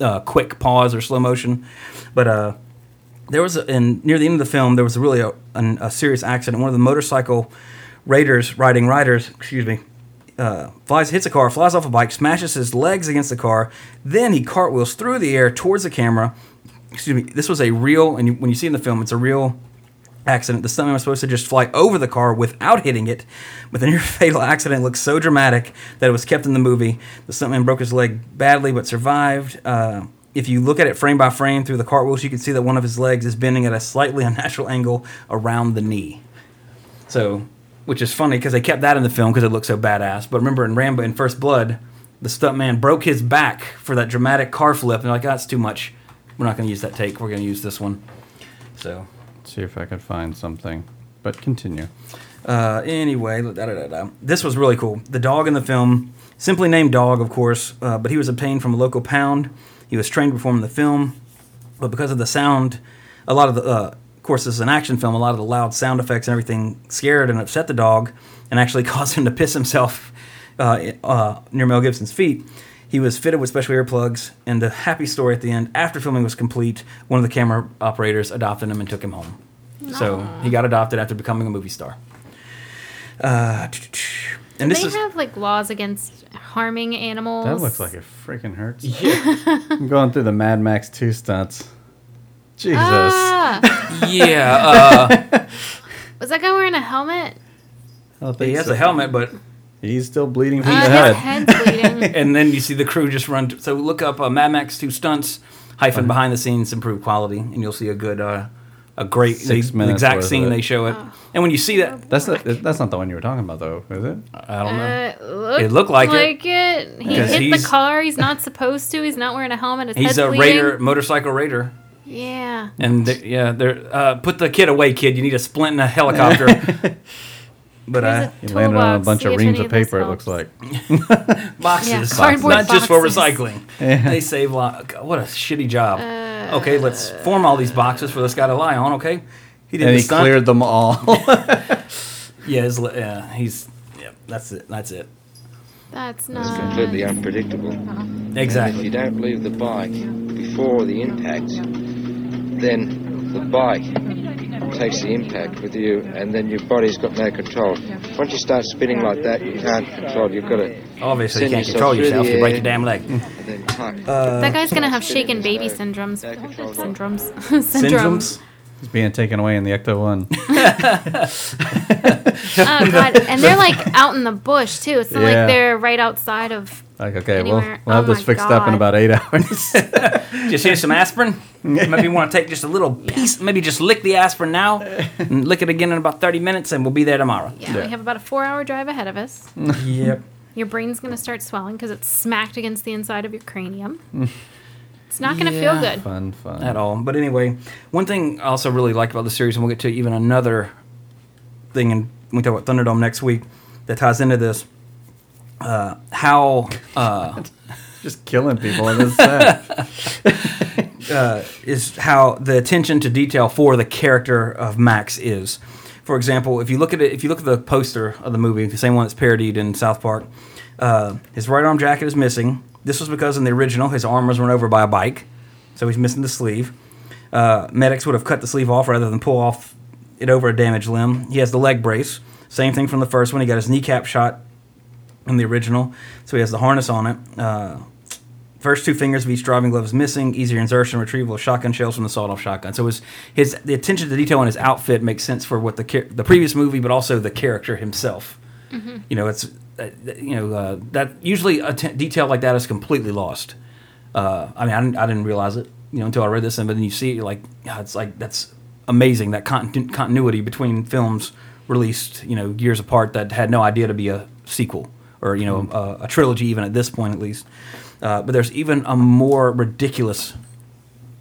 uh, quick pause or slow motion. But uh, there was, a, in near the end of the film, there was really a, an, a serious accident. One of the motorcycle raiders, riding riders, excuse me. Uh, flies hits a car, flies off a bike, smashes his legs against the car. Then he cartwheels through the air towards the camera, excuse me, this was a real, and you, when you see in the film, it's a real accident. The stuntman was supposed to just fly over the car without hitting it, but the near fatal accident looked so dramatic that it was kept in the movie. The stuntman broke his leg badly but survived. Uh, if you look at it frame by frame through the cartwheels, you can see that one of his legs is bending at a slightly unnatural angle around the knee. So, which is funny because they kept that in the film because it looked so badass. But remember in Rambo in First Blood, the stuntman broke his back for that dramatic car flip, and they're like, "Oh, that's too much. We're not going to use that take. We're going to use this one." So,
See if I could find something. But continue.
uh, anyway, da, da, da, da. this was really cool. The dog in the film, simply named Dog, of course, uh, but he was obtained from a local pound. He was trained to perform in the film, but because of the sound, a lot of the, uh, of course, this is an action film. A lot of the loud sound effects and everything scared and upset the dog, and actually caused him to piss himself uh, uh, near Mel Gibson's feet. He was fitted with special earplugs, and the happy story at the end, after filming was complete, one of the camera operators adopted him and took him home. So he got adopted after becoming a movie star. Uh, and this
they
is
have like laws against harming animals.
That looks like it freaking hurts. I'm going through the Mad Max 2 stunts. Jesus.
Ah,
yeah. Uh,
was that guy wearing a helmet?
I don't think
he has
so.
a helmet, but
He's still bleeding from the
Uh,
head.
his head's bleeding.
and then you see the crew just run. so look up uh, Mad Max Two stunts hyphen
Uh-huh.
behind the scenes improve quality, and you'll see a good, uh, a great
Six
the- the
minutes
exact
worth of
scene
it.
they show it.
Oh.
And when you see that,
That's not, that's not the one you were talking about, though, is it?
I don't know.
Uh, looked
It looked like it.
it. He
Because
hit
he's-
the car. He's not supposed to. He's not wearing a helmet. His
He's
head's
a
bleeding.
raider, motorcycle raider.
Yeah.
And they yeah, they're uh, put the kid away, kid. You need a splint in a helicopter. but uh,
He
There's a
landed on a
toolbox.
bunch
See
of
if
reams
any
of
this
paper, it
helps.
looks like.
boxes,
Yeah, cardboard
not just for
boxes.
recycling. They save lot. God, What a shitty job.
Uh,
okay, let's form all these boxes for this guy to lie on. Okay, he did
And
the
he
stunt.
cleared them all.
Yeah, his, li- yeah, he's. Yeah, that's it. That's it.
That's not.
completely unpredictable. If
Exactly.
you don't leave the bike before the impact, then the bike takes the impact with you, and then your body's got no control. Once you start spinning like that, you can't control. You've got to
Obviously, you
Send
can't
yourself
control
through
yourself.
the
You break
air.
your damn leg.
and then tuck.
that guy's gonna have
Spinning
shaken
is
baby
no-
syndromes.
no control.
Syndromes.
Syndromes.
Syndromes.
He's being taken away in the Ecto 1.
Oh god. And they're like out in the bush too. It's not
Yeah.
like they're right outside of.
Like, okay, we'll,
Anywhere.
we'll have
Oh
this
my
fixed up in about
God.
eight hours.
Just here's some aspirin. Maybe you want to take just a little piece. Maybe just lick the aspirin now, and lick it again in about thirty minutes, and we'll be there tomorrow.
Yeah,
Yeah.
We have about a four-hour drive ahead of us.
Yep.
Your brain's gonna start swelling because it's smacked against the inside of your cranium. it's not gonna
Yeah.
feel good.
fun, fun.
at all. But anyway, one thing I also really like about the series, and we'll get to even another thing, and we talk about Thunderdome next week that ties into this. Uh, how uh,
Just killing people in this set.
is how the attention to detail for the character of Max is. for example, if you look at it, if you look at the poster of the movie, the same one that's parodied in South Park, uh, his right arm jacket is missing. This was because in the original, his arm was run over by a bike, so he's missing the sleeve. Uh, medics would have cut the sleeve off rather than pull off it over a damaged limb. He has the leg brace. Same thing from the first one. He got his kneecap shot in the original, so he has the harness on it. Uh, first two fingers of each driving glove is missing. Easier insertion, retrieval of shotgun shells from the sawed-off shotgun. So his his the attention to detail in his outfit makes sense for what the char- the previous movie, but also the character himself. You know, it's uh, you know uh, that usually a t- detail like that is completely lost. Uh, I mean, I didn't, I didn't realize it, you know, until I read this, and but then you see it, you're like, "Yeah, it's like that's amazing that continu- continuity between films released, you know, years apart that had no idea to be a sequel or you know a, a trilogy even at this point at least. Uh, but there's even a more ridiculous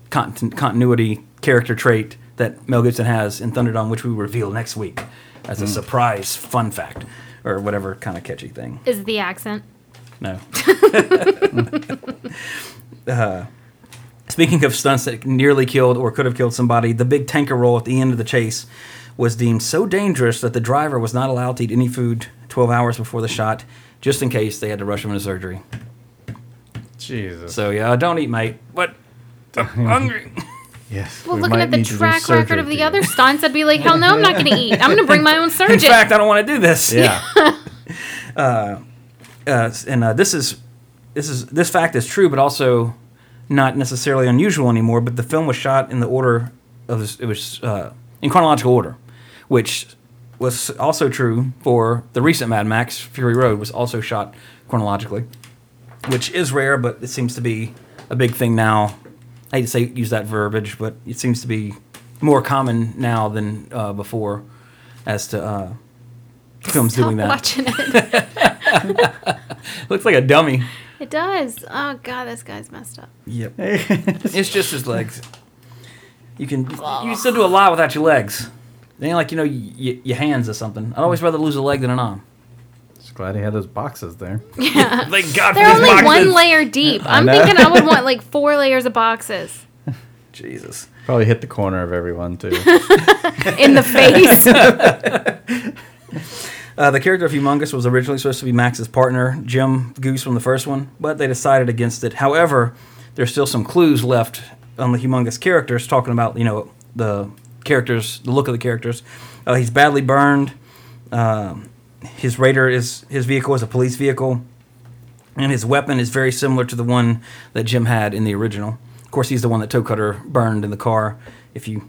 contin- continuity character trait that Mel Gibson has in Thunderdome, which we reveal next week as a surprise fun fact or whatever kind of catchy thing.
Is it the accent?
No. uh, speaking of stunts that nearly killed or could have killed somebody, the big tanker roll at the end of the chase was deemed so dangerous that the driver was not allowed to eat any food 12 hours before the shot, just in case they had to rush him into surgery.
Jesus.
So, yeah, don't eat, mate. What? I'm hungry.
Yes.
Well,
we
looking
might
at the
need to do
track
surgery
record of the
for you.
other stunts, I'd be like, hell no, I'm not going to eat. I'm going to bring my own
In
surgeon.
fact, I don't want to do this.
Yeah.
uh, and uh, this is this is this fact is true, but also not necessarily unusual anymore. But the film was shot in the order of it was uh, in chronological order, which was also true for the recent Mad Max Fury Road was also shot chronologically, which is rare, but it seems to be a big thing now. I hate to say use that verbiage, but it seems to be more common now than uh, before as to uh, films
Stop
doing that.
watching it.
Looks like a dummy.
It does. Oh, God, this guy's messed up.
Yep. it's just his legs. You can you can still do a lot without your legs. They ain't like you know y- y- your hands or something. I'd always rather lose a leg than an arm.
Just glad he had those boxes there.
Thank God
They're
for these
only
boxes.
one layer deep. I'm
know.
thinking I would want like four layers of boxes
Jesus.
Probably hit the corner of everyone too.
in the face.
Uh, the character of Humongous was originally supposed to be Max's partner, Jim Goose from the first one, but they decided against it. However, there's still some clues left on the Humongous characters, talking about you know the characters, the look of the characters. Uh, he's badly burned. Um his radar is his vehicle is a police vehicle, and his weapon is very similar to the one that Jim had in the original. Of course, he's the one that Toe Cutter burned in the car. If you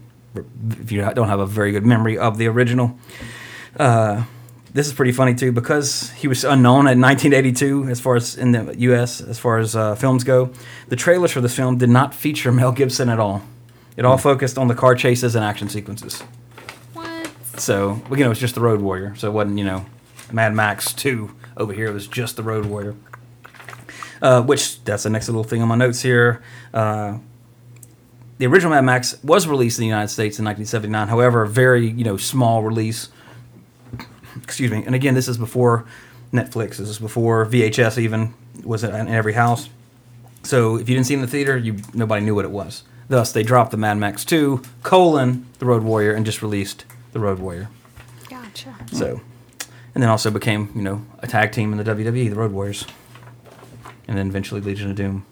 if you don't have a very good memory of the original this is pretty funny too because he was unknown in 1982 as far as in the U.S. as far as uh, films go. The trailers for this film did not feature Mel Gibson at all. It all focused on the car chases and action sequences.
what?
So you know, it's just the Road Warrior. So it wasn't you know Mad Max Two over here. It was just the Road Warrior. Uh, which that's the next little thing on my notes here. Uh, the original Mad Max was released in the United States in 1979. However, a very you know small release. Excuse me. And again, this is before Netflix. This is before VHS even was in in every house. So if you didn't see it in the theater, you nobody knew what it was. Thus, they dropped the Mad Max 2 colon the Road Warrior and just released the Road Warrior.
Gotcha.
So, and then also became you know a tag team in the WWE, the Road Warriors, and then eventually Legion of Doom.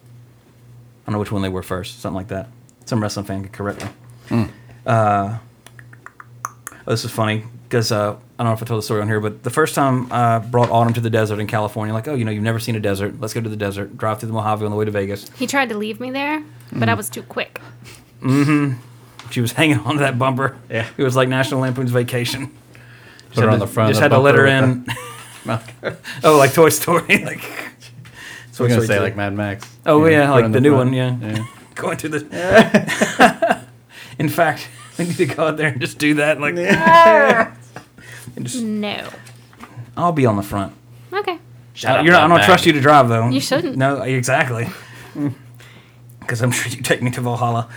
I don't know which one they were first, something like that. Some wrestling fan could correct me. Uh, oh, this is funny because uh, I don't know if I told the story on here, but the first time I brought Autumn to the desert in California, like, oh, you know, you've never seen a desert. Let's go to the desert. Drive through the Mojave on the way to Vegas.
He tried to leave me there, but I
Mm.
was too quick.
She was hanging onto that bumper.
Yeah.
It was like National Lampoon's Vacation.
Put
Just
her
had
on
to-
the front of
Just
the
had to let her
bumper
in. oh, like Toy Story. like. So
We're gonna say like Mad Max.
Oh, yeah,
put
like
on
the new
front.
one, yeah. going through the. in fact, we need to go out there and just do that. Like,
No.
I'll be on the front.
Okay.
Uh, you're not, I don't
Mad
trust you to drive though.
You shouldn't.
No, exactly.
Mm.
Because I'm sure you take me to Valhalla,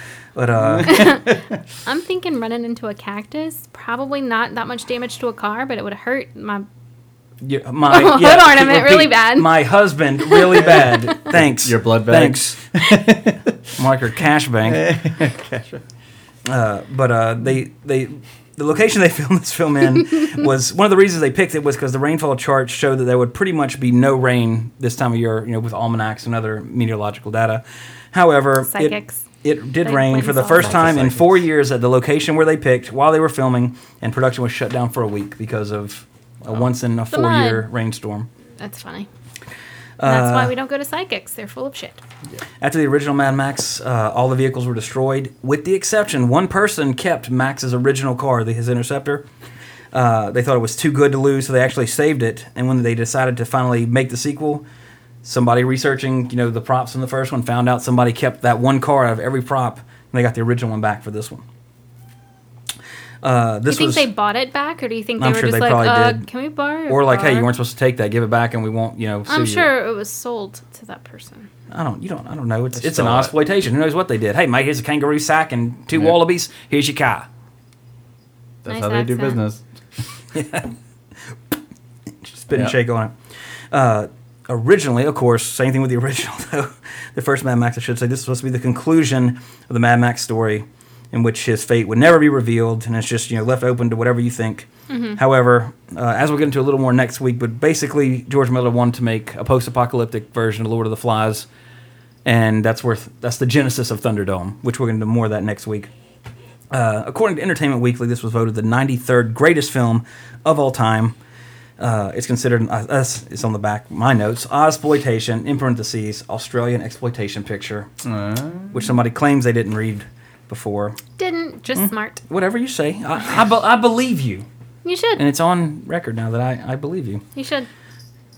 but uh,
I'm thinking running into a cactus. Probably not that much damage to a car, but it would hurt my.
you- my
Hood
yeah, keep-
ornament, really bad.
My husband really bad. Thanks.
Your blood bag.
Thanks. Marker cash bank. Uh, but uh, they they the location they filmed this film in was one of the reasons they picked it was because the rainfall chart showed that there would pretty much be no rain this time of year, you know, with almanacs and other meteorological data. However, it,
Psychics.
it did
They
rain
blame
for the
someone.
first time in four years at the location where they picked while they were filming, and production was shut down for a week because of a once in a
Come
four year
on.
rainstorm.
That's funny. And that's
Uh,
why we don't go to psychics. They're full of shit.
After the original Mad Max, uh, all the vehicles were destroyed, with the exception one person kept Max's original car, the, his Interceptor. Uh, they thought it was too good to lose, so they actually saved it. And when they decided to finally make the sequel, somebody researching, you know, the props in the first one found out somebody kept that one car out of every prop, and they got the original one back for this one. Uh,
Do you
this
think
was,
they bought it back, or do you think they
I'm
were
sure
just
they
like,
probably
uh,
did.
"Can we borrow?" your
or like, hey, you
car?
weren't supposed to take that. Give it back, and we won't, you know. sue
I'm
you.
sure it was sold to that person.
I don't. You don't. I don't know. It's it's an
still a lot.
exploitation. Who knows what they did? Hey, mate, here's a kangaroo sack and two wallabies. Here's your car.
That's
Nice
how they do
accent.
business.
Spit
Yeah.
and shake on it. Uh, originally, of course, same thing with the original though. The first Mad Max, I should say. This is supposed to be the conclusion of the Mad Max story, in which his fate would never be revealed, and it's just you know left open to whatever you think. However, uh, as we'll get into a little more next week, but basically George Miller wanted to make a post-apocalyptic version of Lord of the Flies, and that's worth that's the genesis of Thunderdome, which we're going to do more of that next week. Uh, according to Entertainment Weekly, this was voted the 93rd greatest film of all time. Uh, it's considered uh, us. It's on the back. My notes: Ozploitation in parentheses Australian exploitation picture, which somebody claims they didn't read before.
Didn't just
Hmm.
smart.
Whatever you say, I, I, be- I believe you,
You should.
and it's on record now that I, I believe you.
you should.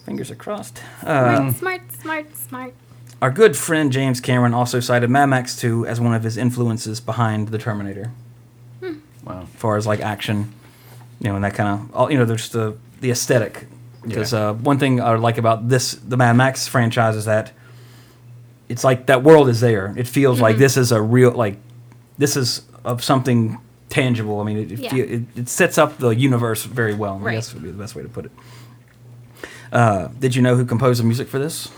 Fingers are crossed. Hmm.
smart, smart, smart, smart.
Our good friend James Cameron also cited Mad Max 2 as one of his influences behind the Terminator.
Hmm.
Wow.
As far as like action, you know, and that kind of, all you know, there's the the aesthetic. Because
Yeah.
uh, one thing I like about this, the Mad Max franchise, is that it's like that world is there. It feels like
Mm-hmm.
this is a real, like this is of something tangible. I mean, it it,
Yeah.
fe- it, it sets up the universe very well. I
Right.
guess would be the best way to put it. Uh, did you know who composed the music for this?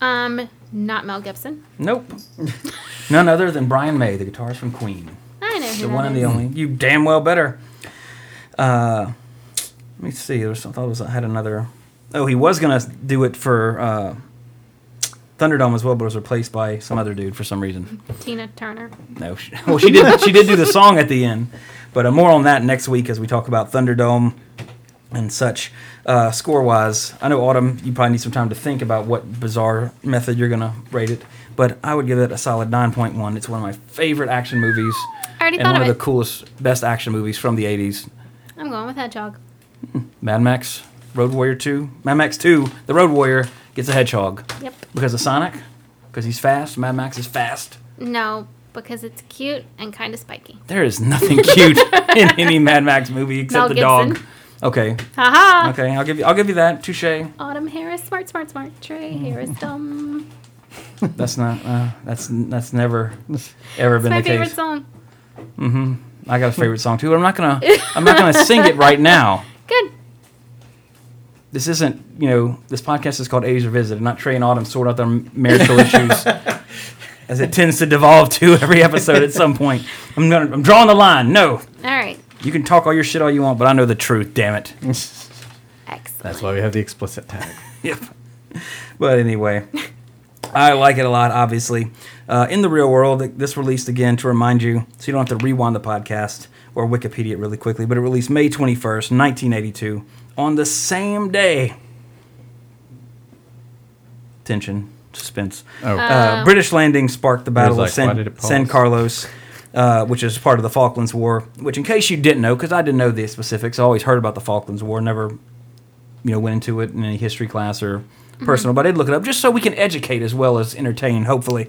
Um, not Mel Gibson.
Nope. None other than Brian May, the guitarist from Queen.
I know who
The
that
one and the
is.
only. You damn well better. Uh, let me see. There was, I thought it was, I had another. Oh, he was going to do it for uh, Thunderdome as well, but was replaced by some other dude for some reason.
Tina Turner.
No. She, well, she did, she did do the song at the end. But uh, more on that next week as we talk about Thunderdome and such. Uh, score wise, I know Autumn, you probably need some time to think about what bizarre method you're going to rate it, but I would give it a solid 9.1. It's one of my favorite action movies.
I already
and
thought
one
of
of
it.
the coolest, best action movies from the 80s.
I'm going with Hedgehog.
Mad Max, Road Warrior 2. Mad Max 2, the Road Warrior gets a hedgehog.
Yep.
Because of Sonic? Because he's fast. Mad Max is fast.
No, because it's cute and kind of spiky.
There is nothing cute in any Mad Max movie except
Mel
the
Gibson.
dog. Okay,
Haha.
okay, I'll give you, I'll give you that. Touche.
Autumn Harris, smart, smart, smart. Trey
Hmm.
Harris, dumb.
That's not, uh, that's that's never, ever
It's
been
my
the
favorite
case.
song.
I got a favorite song too. but I'm not gonna, I'm not gonna sing it right now.
Good.
This isn't, you know, this podcast is called Asia Visit, and not Trey and Autumn sort out their marital issues, as it tends to devolve to every episode at some point. I'm gonna, I'm drawing the line. No,
All right.
you can talk all your shit all you want, but I know the truth. Damn it.
Excellent.
That's why we have the explicit tag.
yep. But anyway, I like it a lot, obviously. Uh, in the real world, th- this released again to remind you, so you don't have to rewind the podcast or Wikipedia it really quickly, but it released May 21st, 1982, on the same day. Tension, suspense.
Oh.
Uh, British landing sparked the Battle
like,
of
why
San,
did it pause?
San Carlos, uh, which is part of the Falklands War. Which, in case you didn't know, because I didn't know the specifics, I always heard about the Falklands War, never, you know, went into it in any history class or personal. But I did look it up just so we can educate as well as entertain. Hopefully,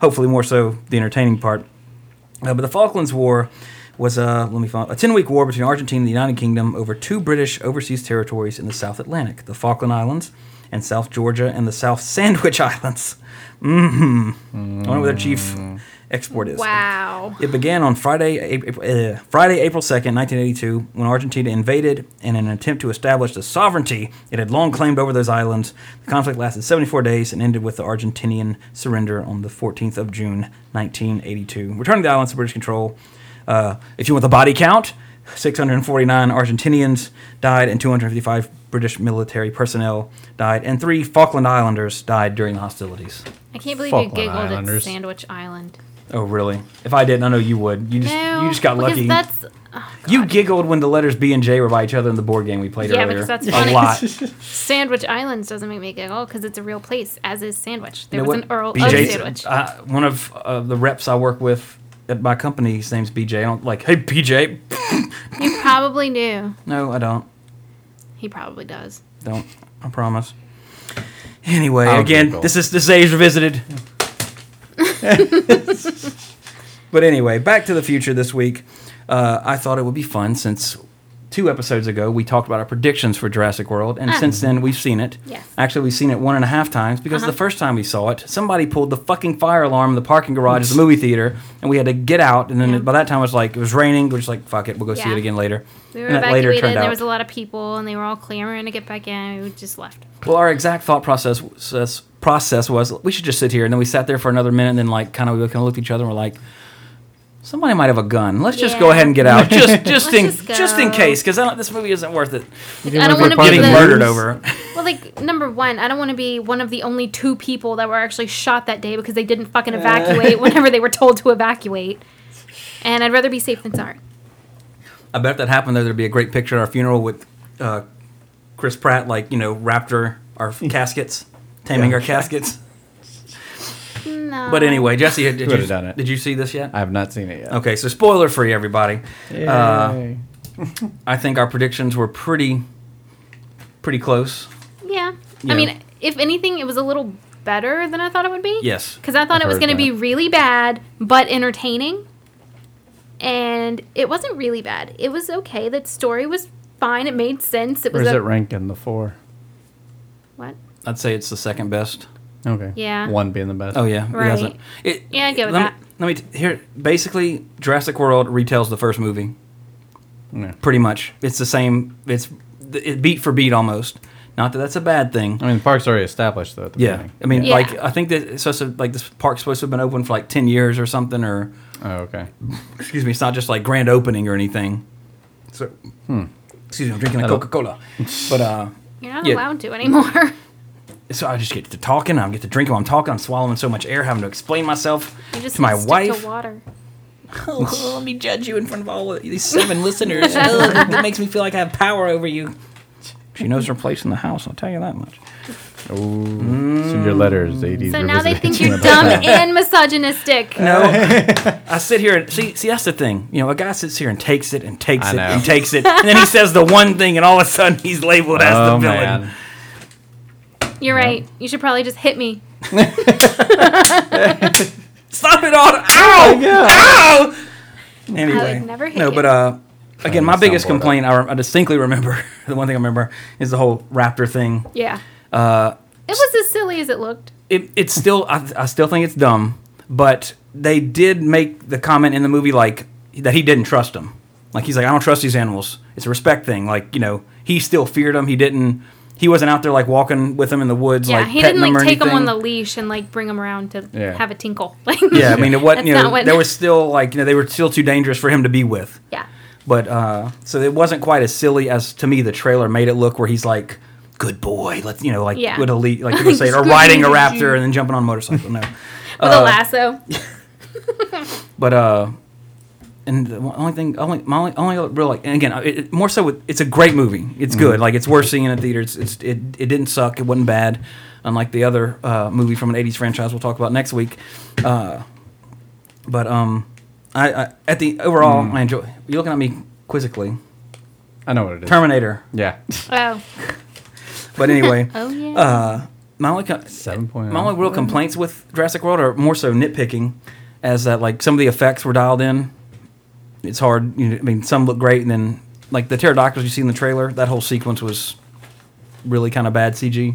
hopefully more so the entertaining part. Uh, but the Falklands War was a let me find, a ten week war between Argentina and the United Kingdom over two British overseas territories in the South Atlantic, the Falkland Islands, and South Georgia and the South Sandwich Islands. hmm I wonder where their chief export is.
Wow.
It began on Friday, April, uh, Friday, April 2nd, 1982, when Argentina invaded in an attempt to establish the sovereignty it had long claimed over those islands. The conflict lasted 74 days and ended with the Argentinian surrender on the 14th of June, 1982, returning the islands to British control. Uh, if you want the body count, 649 Argentinians died and 255 British military personnel died, and three Falkland Islanders died during the hostilities.
I can't believe
Falkland
you giggled
Islanders.
at Sandwich Island.
Oh, really? If I didn't, I know you would. You just
No,
you just got
because
lucky.
That's
you giggled when the letters B and J were by each other in the board game we played
Yeah,
earlier.
because that's
a
funny.
lot.
Sandwich Islands doesn't make me giggle because it's a real place, as is Sandwich. There
You know
was
what?
an Earl
BJ
of Sandwich.
Uh, one of uh, the reps I work with at my company, his name's BJ. I don't like, hey, BJ.
you probably knew.
No, I don't.
He probably does.
Don't. I promise. Anyway,
I'll
again,
Google.
this is this is Age Revisited. but anyway, back to the future this week. Uh, I thought it would be fun since two episodes ago we talked about our predictions for Jurassic World, and
Ah.
since then we've seen it.
Yes. Uh-huh.
Actually, we've seen it one and a half times because the first time we saw it, somebody pulled the fucking fire alarm in the parking garage of the movie theater, and we had to get out. And then
Yeah.
by that time it was like it was raining. We're just like, fuck it, we'll go see
Yeah.
it again later.
We were
and that later
evacuated,
turned
and
out
there was a lot of people, and they were all clamoring to get back in. and We just left.
Well, our exact thought process process, process was we should just sit here, and then we sat there for another minute, and then like kind of we kind of looked at each other and we're like, somebody might have a gun. Let's just go
Yeah.
ahead and get out, just just
Let's
in
just
just,
go.
in case, because this movie isn't worth it.
Like, I don't want to be
Getting
the,
murdered over.
Well, like number one, I don't want to be one of the only two people that were actually shot that day because they didn't fucking evacuate whenever they were told to evacuate. And I'd rather be safe than sorry.
I bet if that happened though, there'd be a great picture at our funeral with uh, Chris Pratt, like you know, raptor our caskets, taming our caskets.
No.
But anyway, Jesse, did,
Would've
you
done it.
did you see this yet?
I have not seen it yet.
okay, so spoiler free, everybody. Uh,
Yay.
I think our predictions were pretty pretty close.
Yeah.
Yeah.
I mean, if anything, it was a little better than I thought it would be.
Yes.
Because I
I've
thought it was
heard
going to be
that.
really bad, but entertaining. And it wasn't really bad. It was okay. That story was fine. It made sense. It
Where
was
does
a,
it rank in the four?
what?
I'd say it's the second best.
Okay.
Yeah.
One being the best.
Oh yeah,
Right.
it hasn't. It,
Yeah, I'd go with
let
that.
Me, let me t- here. Basically, Jurassic World retells the first movie.
Yeah.
Pretty much, it's the same. It's th- it beat for beat almost. Not that that's a bad thing.
I mean, the park's already established though. At the
Yeah,
beginning.
I mean,
Yeah.
like I think that it's supposed to like this park's supposed to have been open for like ten years or something, or
Oh, okay.
excuse me, it's not just like grand opening or anything. So, hmm. excuse me, I'm drinking a
Hello.
Coca Cola, but uh,
You're not
Yeah.
allowed to anymore.
so I just get to talking, I get to drinking while I'm talking, I'm swallowing so much air, having to explain myself
You just
to my
stick
wife.
To water.
Oh, let me judge you in front of all of these seven listeners. Ugh, that makes me feel like I have power over you. She knows her place in the house. I'll tell you that much.
Oh, so your letters, 80s.
So now they
revisited.
think you're dumb and misogynistic.
No, I sit here and see. See, that's the thing. You know, a guy sits here and takes it and takes
I
it
know.
and takes it, and then he says the one thing, and all of a sudden he's labeled as
Oh
the villain.
man.
You're right. You should probably just hit me.
Stop it
Oh,
all! Ow! Ow! Anyway,
I would never hit
no,
you.
but uh, again, my
Soundboard
biggest
up.
complaint I, rem- I distinctly remember. the one thing I remember is the whole raptor thing.
Yeah. Uh, it was as silly as it looked.
it, it's still I, I still think it's dumb, but they did make the comment in the movie like that he didn't trust them. Like he's like, I don't trust these animals. It's a respect thing. Like you know, he still feared them. He didn't. He wasn't out there like walking with them in the woods.
Yeah,
like,
he
petting
didn't
them
like
or
take him on
anything.
the leash and like bring him around to
Yeah.
have a tinkle. Like,
Yeah, I mean, it wasn't.
That's
You know,
not what-
there was still like you know they were still too dangerous for him to be with.
yeah,
But uh, so it wasn't quite as silly as to me the trailer made it look, where he's like, "Good boy," let's you know, like
Yeah.
with a lead, like you say, or riding a raptor and then jumping on a motorcycle. No,
with
Uh,
a lasso.
But uh, and the one- only thing, only my only, only real like, and again, uh, it, it- more so with it's a great movie. It's good. Like it's worth seeing in a theater. It's, it's it it didn't suck. It wasn't bad, unlike the other uh, movie from an '80s franchise we'll talk about next week. Uh, but um, I, I at the overall, I enjoy. You're looking at me quizzically.
I know what it is.
Terminator.
yeah.
Oh,
But anyway,
oh yeah.
uh, my only co-
7.0.
my only real complaints with Jurassic World are more so nitpicking, as that like some of the effects were dialed in. It's hard. You know, I mean, some look great, and then like the pterodactyls you see in the trailer, that whole sequence was really kind of bad CG.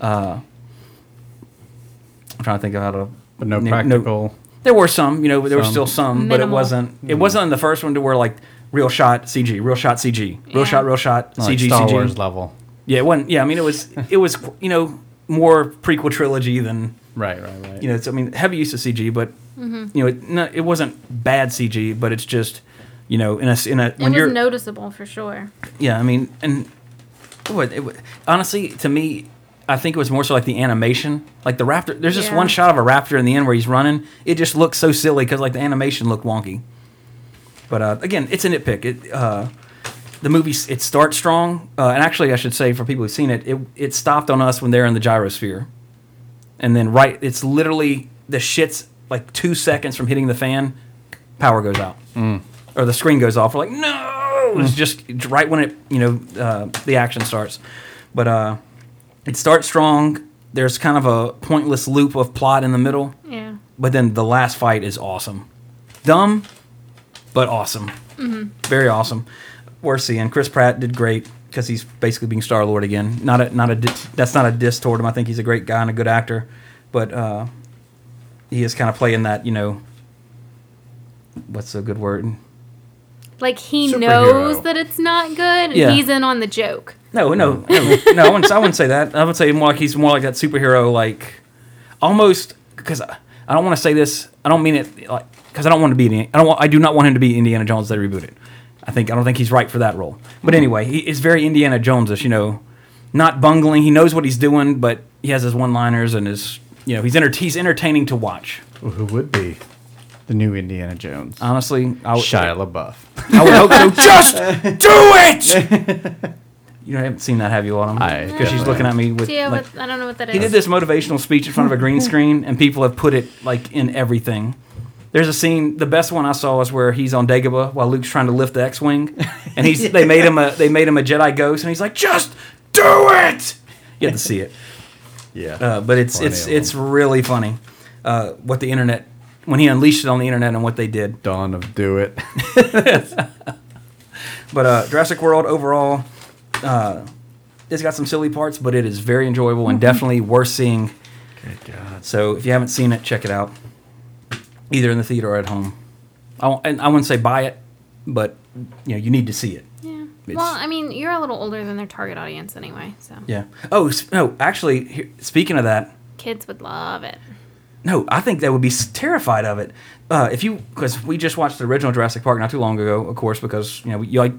Uh, I'm trying to think of how to.
But no
n-
practical.
there were some, you know, but there were
Some.
still some, but it
Minimal.
wasn't. It wasn't in the first one to where like real shot CG, real shot CG, real
Yeah.
shot, real shot
not
CG,
like Star
CG.
Wars level.
Yeah, it wasn't. Yeah, I mean, it was. It was. You know, more prequel trilogy than
Right, right, right.
you
Mm-hmm.
know. It's, I mean, heavy use of CG, but you know, it, no, it wasn't bad CG, but it's just you know, in a s- in a
It
when you're
was noticeable for sure.
yeah, I mean, and it was, it was, honestly, to me, I think it was more so like the animation, like the raptor. There's just
Yeah.
one shot of a raptor in the end where he's running. It just looks so silly because like the animation looked wonky. But uh, again, it's a nitpick. It uh, the movie s- it starts strong, uh, and actually, I should say for people who've seen it, it it stopped on us when they're in the gyrosphere, and then right, it's literally the shits like two seconds from hitting the fan, power goes out or the screen goes off. We're like, no! It's just right when it, you know, uh, the action starts. But uh, it starts strong. There's kind of a pointless loop of plot in the middle.
Yeah.
But then the last fight is awesome. Dumb, but awesome. Very awesome. Worth seeing. Chris Pratt did great because he's basically being Star Lord again. Not a not a di- that's not a diss toward him. I think he's a great guy and a good actor, but uh, he is kind of playing that you know. What's a good word?
Like he
Superhero.
knows that it's not good. and
Yeah.
He's in on the joke.
No,
Mm.
no, no, no. I wouldn't, I wouldn't say that. I would say more like he's more like that superhero, like almost because I, I don't want to say this. I don't mean it like because I don't want to be. Indiana, I don't. Want, I do not want him to be Indiana Jones. They reboot it. I think I don't think he's right for that role.
Mm-hmm.
But anyway, he is very Indiana Jones-ish. You know, not bungling. He knows what he's doing, but he has his one-liners and his. You know, he's enter- he's entertaining to watch.
who would be the new Indiana Jones?
Honestly, Uh, I would,
Shia LaBeouf.
I would hope so. Just do it. You haven't seen that, have you, Autumn?
I
because she's
definitely
looking at me with
Yeah,
like,
but I don't know what that is.
He did this motivational speech in front of a green screen, and people have put it like in everything. There's a scene. The best one I saw is where he's on Dagobah while Luke's trying to lift the X-wing, and he's they made him a they made him a Jedi ghost, and he's like, "Just do it." You have to see it,
Yeah,
uh, but it's
Plenty
it's
of them.
it's really funny uh, what the internet when he unleashed it on the internet and what they did.
Dawn of Do It.
But uh, Jurassic World overall, uh, it's got some silly parts, but it is very enjoyable and definitely worth seeing.
God.
So if you haven't seen it, check it out, either in the theater or at home. I won't, and I wouldn't say buy it, but you know you need to see it.
Yeah.
It's-
Well, I mean, you're a little older than their target audience anyway, so
Yeah. Oh s- no, actually, here, speaking of that,
kids would love it.
no, I think they would be s- terrified of it. Uh, if you because we just watched the original Jurassic Park not too long ago, of course, because you know we, you like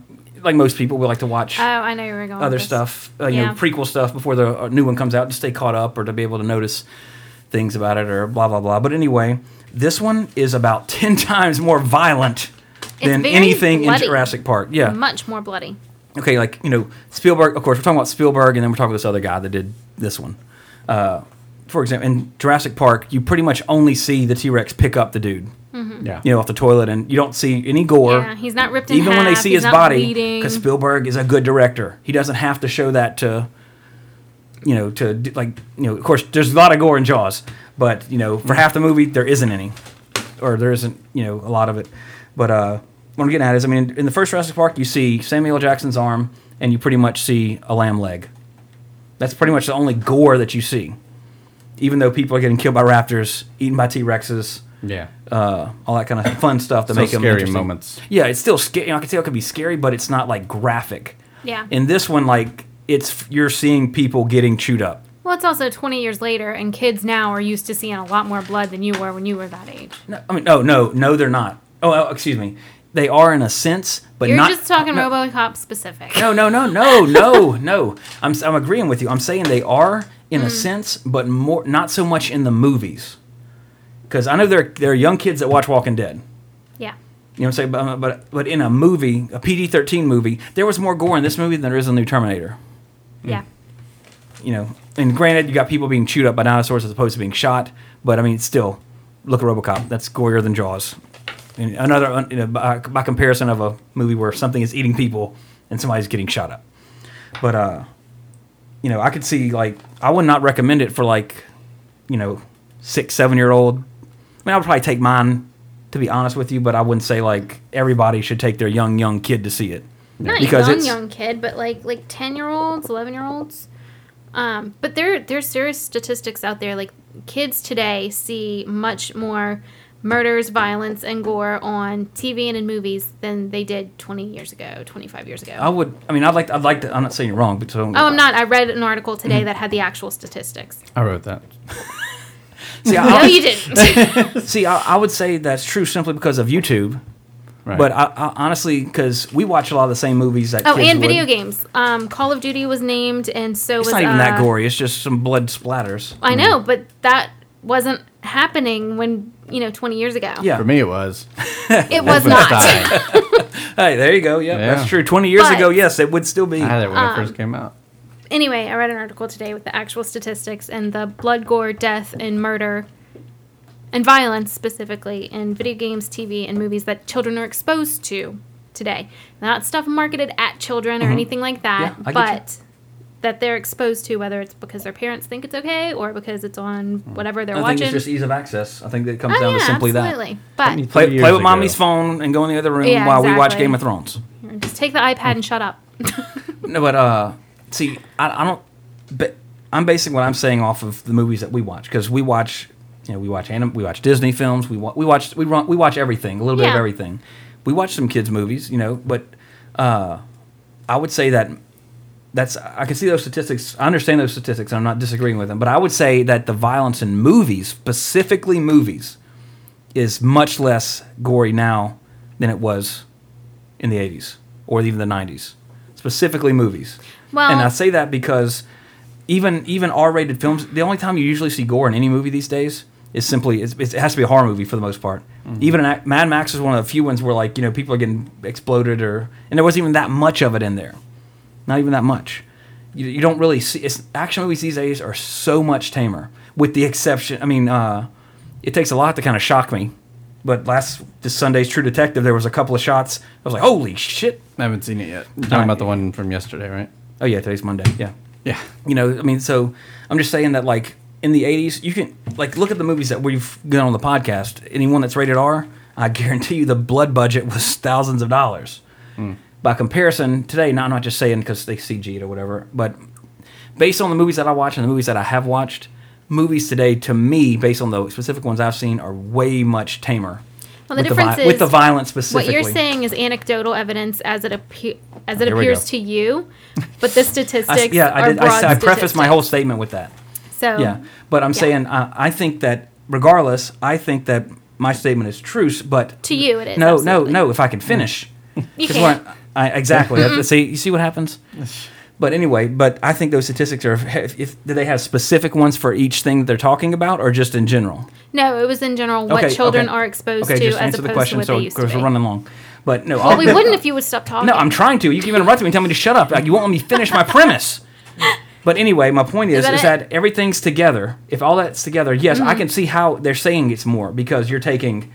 like most people we like to watch.
Oh, I know you were going. with
other
this.
stuff, uh, you know,
Yeah.
prequel stuff before the uh, new one comes out to stay caught up or to be able to notice things about it or blah blah blah. But anyway, this one is about ten times more violent than
very
anything in
bloody.
Jurassic Park. Yeah.
Much more bloody.
okay, like you know, Spielberg. Of course, we're talking about Spielberg, and then we're talking about this other guy that did this one. Uh, for example, in Jurassic Park, you pretty much only see the T Rex pick up the dude,
yeah.
you know, off the toilet, and you don't see any gore
yeah, he's not ripped in
even when they
half,
see
he's
his
not
body
bleeding.
because spielberg is a good director he doesn't have to show that to you know to d- like you know of course there's a lot of gore in jaws but you know for half the movie there isn't any or there isn't you know a lot of it but uh what i'm getting at is i mean in the first jurassic park you see samuel L. jackson's arm and you pretty much see a lamb leg that's pretty much the only gore that you see even though people are getting killed by raptors eaten by t-rexes
yeah.
uh, all that kind of fun stuff to
Still
make them
scary
interesting.
moments.
Yeah, it's still scary. I can tell it could be scary, but it's not like graphic.
Yeah.
In this one, like it's you're seeing people getting chewed up.
well, it's also 20 years later, and kids now are used to seeing a lot more blood than you were when you were that age.
No, I mean, no, no, no, they're not. Oh, oh, excuse me, they are in a sense, but
You're
not.
just talking
no,
RoboCop specific.
No, no, no, no, no, no. I'm s- I'm agreeing with you. I'm saying they are
Mm.
in a sense, but more not so much in the movies. Because I know there there are young kids that watch Walking Dead.
Yeah.
You know what I'm saying? But, uh, but, but in a movie, a PG 13 movie, there was more gore in this movie than there is in the new Terminator. Mm.
Yeah.
You know, and granted, you got people being chewed up by dinosaurs as opposed to being shot, but I mean, still, look at Robocop. That's gorier than Jaws. And another, un- you know, by, by comparison of a movie where something is eating people and somebody's getting shot up. But, uh, you know, I could see, like, I would not recommend it for, like, you know, six, seven year old. I mean, I would probably take mine, to be honest with you, but I wouldn't say, like, everybody should take their young, young kid to see it.
Not
Because
young
it's-
young kid, but like like 10 year olds, 11 year olds. Um, but there there's serious statistics out there. Like kids today see much more murders, violence, and gore on TV and in movies than they did 20 years ago, 25 years ago.
I would. I mean, I'd like. To, I'd like to. I'm not saying you're wrong, but so
Oh, I'm not. I read an article today that had the actual statistics.
I wrote that.
See,
No,
I,
you didn't.
see I, I would say that's true simply because of YouTube.
Right.
But I, I, honestly, because we watch a lot of the same movies that
Oh,
kids
and
would.
video games. Um, Call of Duty was named, and so
It's
was.
not even that
uh,
gory. It's just some blood splatters.
I know, but that wasn't happening when you know 20 years ago.
Yeah.
For me, it was.
it was
But
not.
I-
Hey, there you go. Yep,
Yeah.
that's true. Twenty years
But-
ago, yes, it would still be.
I had it when
Um,
it first came out.
anyway, I read an article today with the actual statistics and the blood, gore, death, and murder, and violence specifically in video games, TV, and movies that children are exposed to today. Not stuff marketed at children or anything like that,
Mm-hmm. Yeah, I get
but that they're exposed to, whether it's because their parents think it's okay or because it's on whatever they're
Mm. I
watching.
think it's just ease of access. I think that it comes
Oh,
down
yeah,
to simply
absolutely. But
Twenty-
that. Play,
Three
play
years
with mommy's
ago.
phone and go in the other room
Yeah,
while we watch
exactly.
Game of Thrones.
just take the iPad and shut up.
No, but uh, see, I, I don't. But I'm basing what I'm saying off of the movies that we watch because we watch, you know, we watch anim- we watch Disney films, we wa- we watch we run, we watch everything, a little bit of
Yeah.
everything. We watch some kids movies, you know, but uh, I would say that that's I can see those statistics. I understand those statistics, and I'm not disagreeing with them. But I would say that the violence in movies, specifically movies, is much less gory now than it was in the 80s or even the 90s, specifically movies.
Well-
and I say that because even even R-rated films, the only time you usually see gore in any movie these days is simply it's, it's- it has to be a horror movie for the most part. Even an, ac- Mad Max is one of the few ones where like you know people are getting exploded or and there wasn't even that much of it in there, not even that much. You, you don't really see it's, action movies these days are so much tamer, with the exception. I mean, uh, it takes a lot to kind of shock me. But last this Sunday's True Detective, there was a couple of shots. I was like, "Holy shit!"
I haven't seen it yet. You're
Alright.
talking about the one from yesterday, right?
Oh yeah, today's Monday. Yeah,
Yeah.
you know, I mean, so I'm just saying that like in the 80s, you can like look at the movies that we've done on the podcast. Anyone that's rated R, I guarantee you the blood budget was thousands of dollars. By comparison, today, now I'm not just saying because they CG'd or whatever, but based on the movies that I watch and the movies that I have watched, movies today, to me, based on the specific ones I've seen, are way much tamer.
Well, the
with
difference
the vi- with
is
the violence
what
specifically.
you're saying is anecdotal evidence as it appear as it
Here we
appears
go.
to you, but the statistics
I, s- yeah,
are
I did. I, s-
broad
I prefaced my whole
statistics.
statement with that.
So
Yeah, but I'm saying uh, I think that regardless, I think that my statement is truce. But
To you it is,
No,
absolutely. Mm.
no, no. If I can finish,
You Mm-hmm.
'Cause
can't.
what- I, exactly. see, you see what happens. But anyway, but I think those statistics are. If, if do they have specific ones for each thing they're talking about, or just in general?
no, it was in general what
Okay,
children
okay.
are exposed
okay,
to
just
as
answer
opposed
the question.
to what
so
they used to
because
be.
we're running long, but no,
Well, we wouldn't if you would stop talking.
No, I'm trying to. You keep interrupting me, and telling me to shut up. Like, you won't let me finish my premise. But anyway, my point is is
that it?
that everything's together. If all that's together, yes, I can see how they're saying it's more because you're taking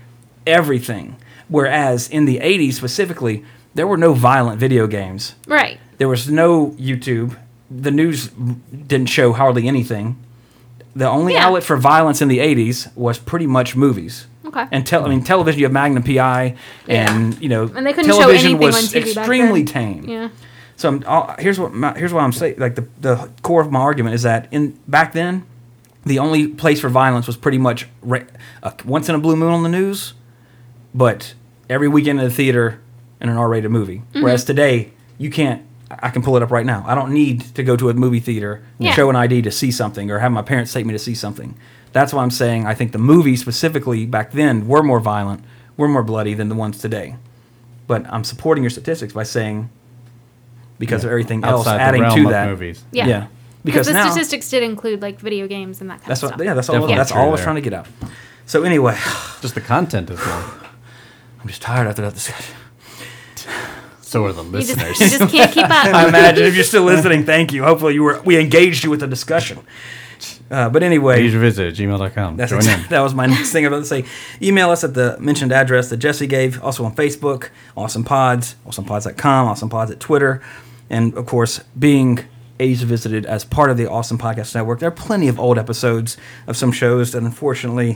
everything. Whereas in the '80s specifically, there were no violent video games.
right.
There was no YouTube. The news didn't show hardly anything. The only
Yeah.
outlet for violence in the '80s was pretty much movies.
Okay.
And tel- I mean, television. You have Magnum PI, and you know,
And they couldn't show
television
anything
was
on TV back
extremely
then.
tame.
Yeah.
So I'm, I'll, here's what my, here's what I'm saying. Like the the core of my argument is that in back then, the only place for violence was pretty much ra- uh, once in a blue moon on the news, but every weekend in the theater in an R-rated movie. Whereas today, you can't. I I can pull it up right now. I don't need to go to a movie theater and
Yeah.
show an ID to see something or have my parents take me to see something. That's why I'm saying I think the movies specifically back then were more violent, were more bloody than the ones today. But I'm supporting your statistics by saying because of everything else
Outside the
adding
realm
to
of
that.
movies.
Yeah.
Because
the
now
statistics did include like video games and that kind
that's
of
what
stuff.
yeah, that's all
Definitely
that's
true
all I was
there.
trying to get out. So anyway,
Just the content is more.
I'm just tired after that discussion.
So are the
you just,
listeners.
you just can't keep up.
I imagine if you're still listening, thank you. Hopefully you were we engaged you with the discussion. Uh, but anyway,
Please visit gmail.com.
That's
Join
exa-
in.
That was my next thing I was about to say. Email us at the mentioned address that Jesse gave, also on Facebook, Awesome Pods, awesomepods.com, Awesome Pods at Twitter, and of course, being age visited as part of the Awesome Podcast Network. There are plenty of old episodes of some shows that unfortunately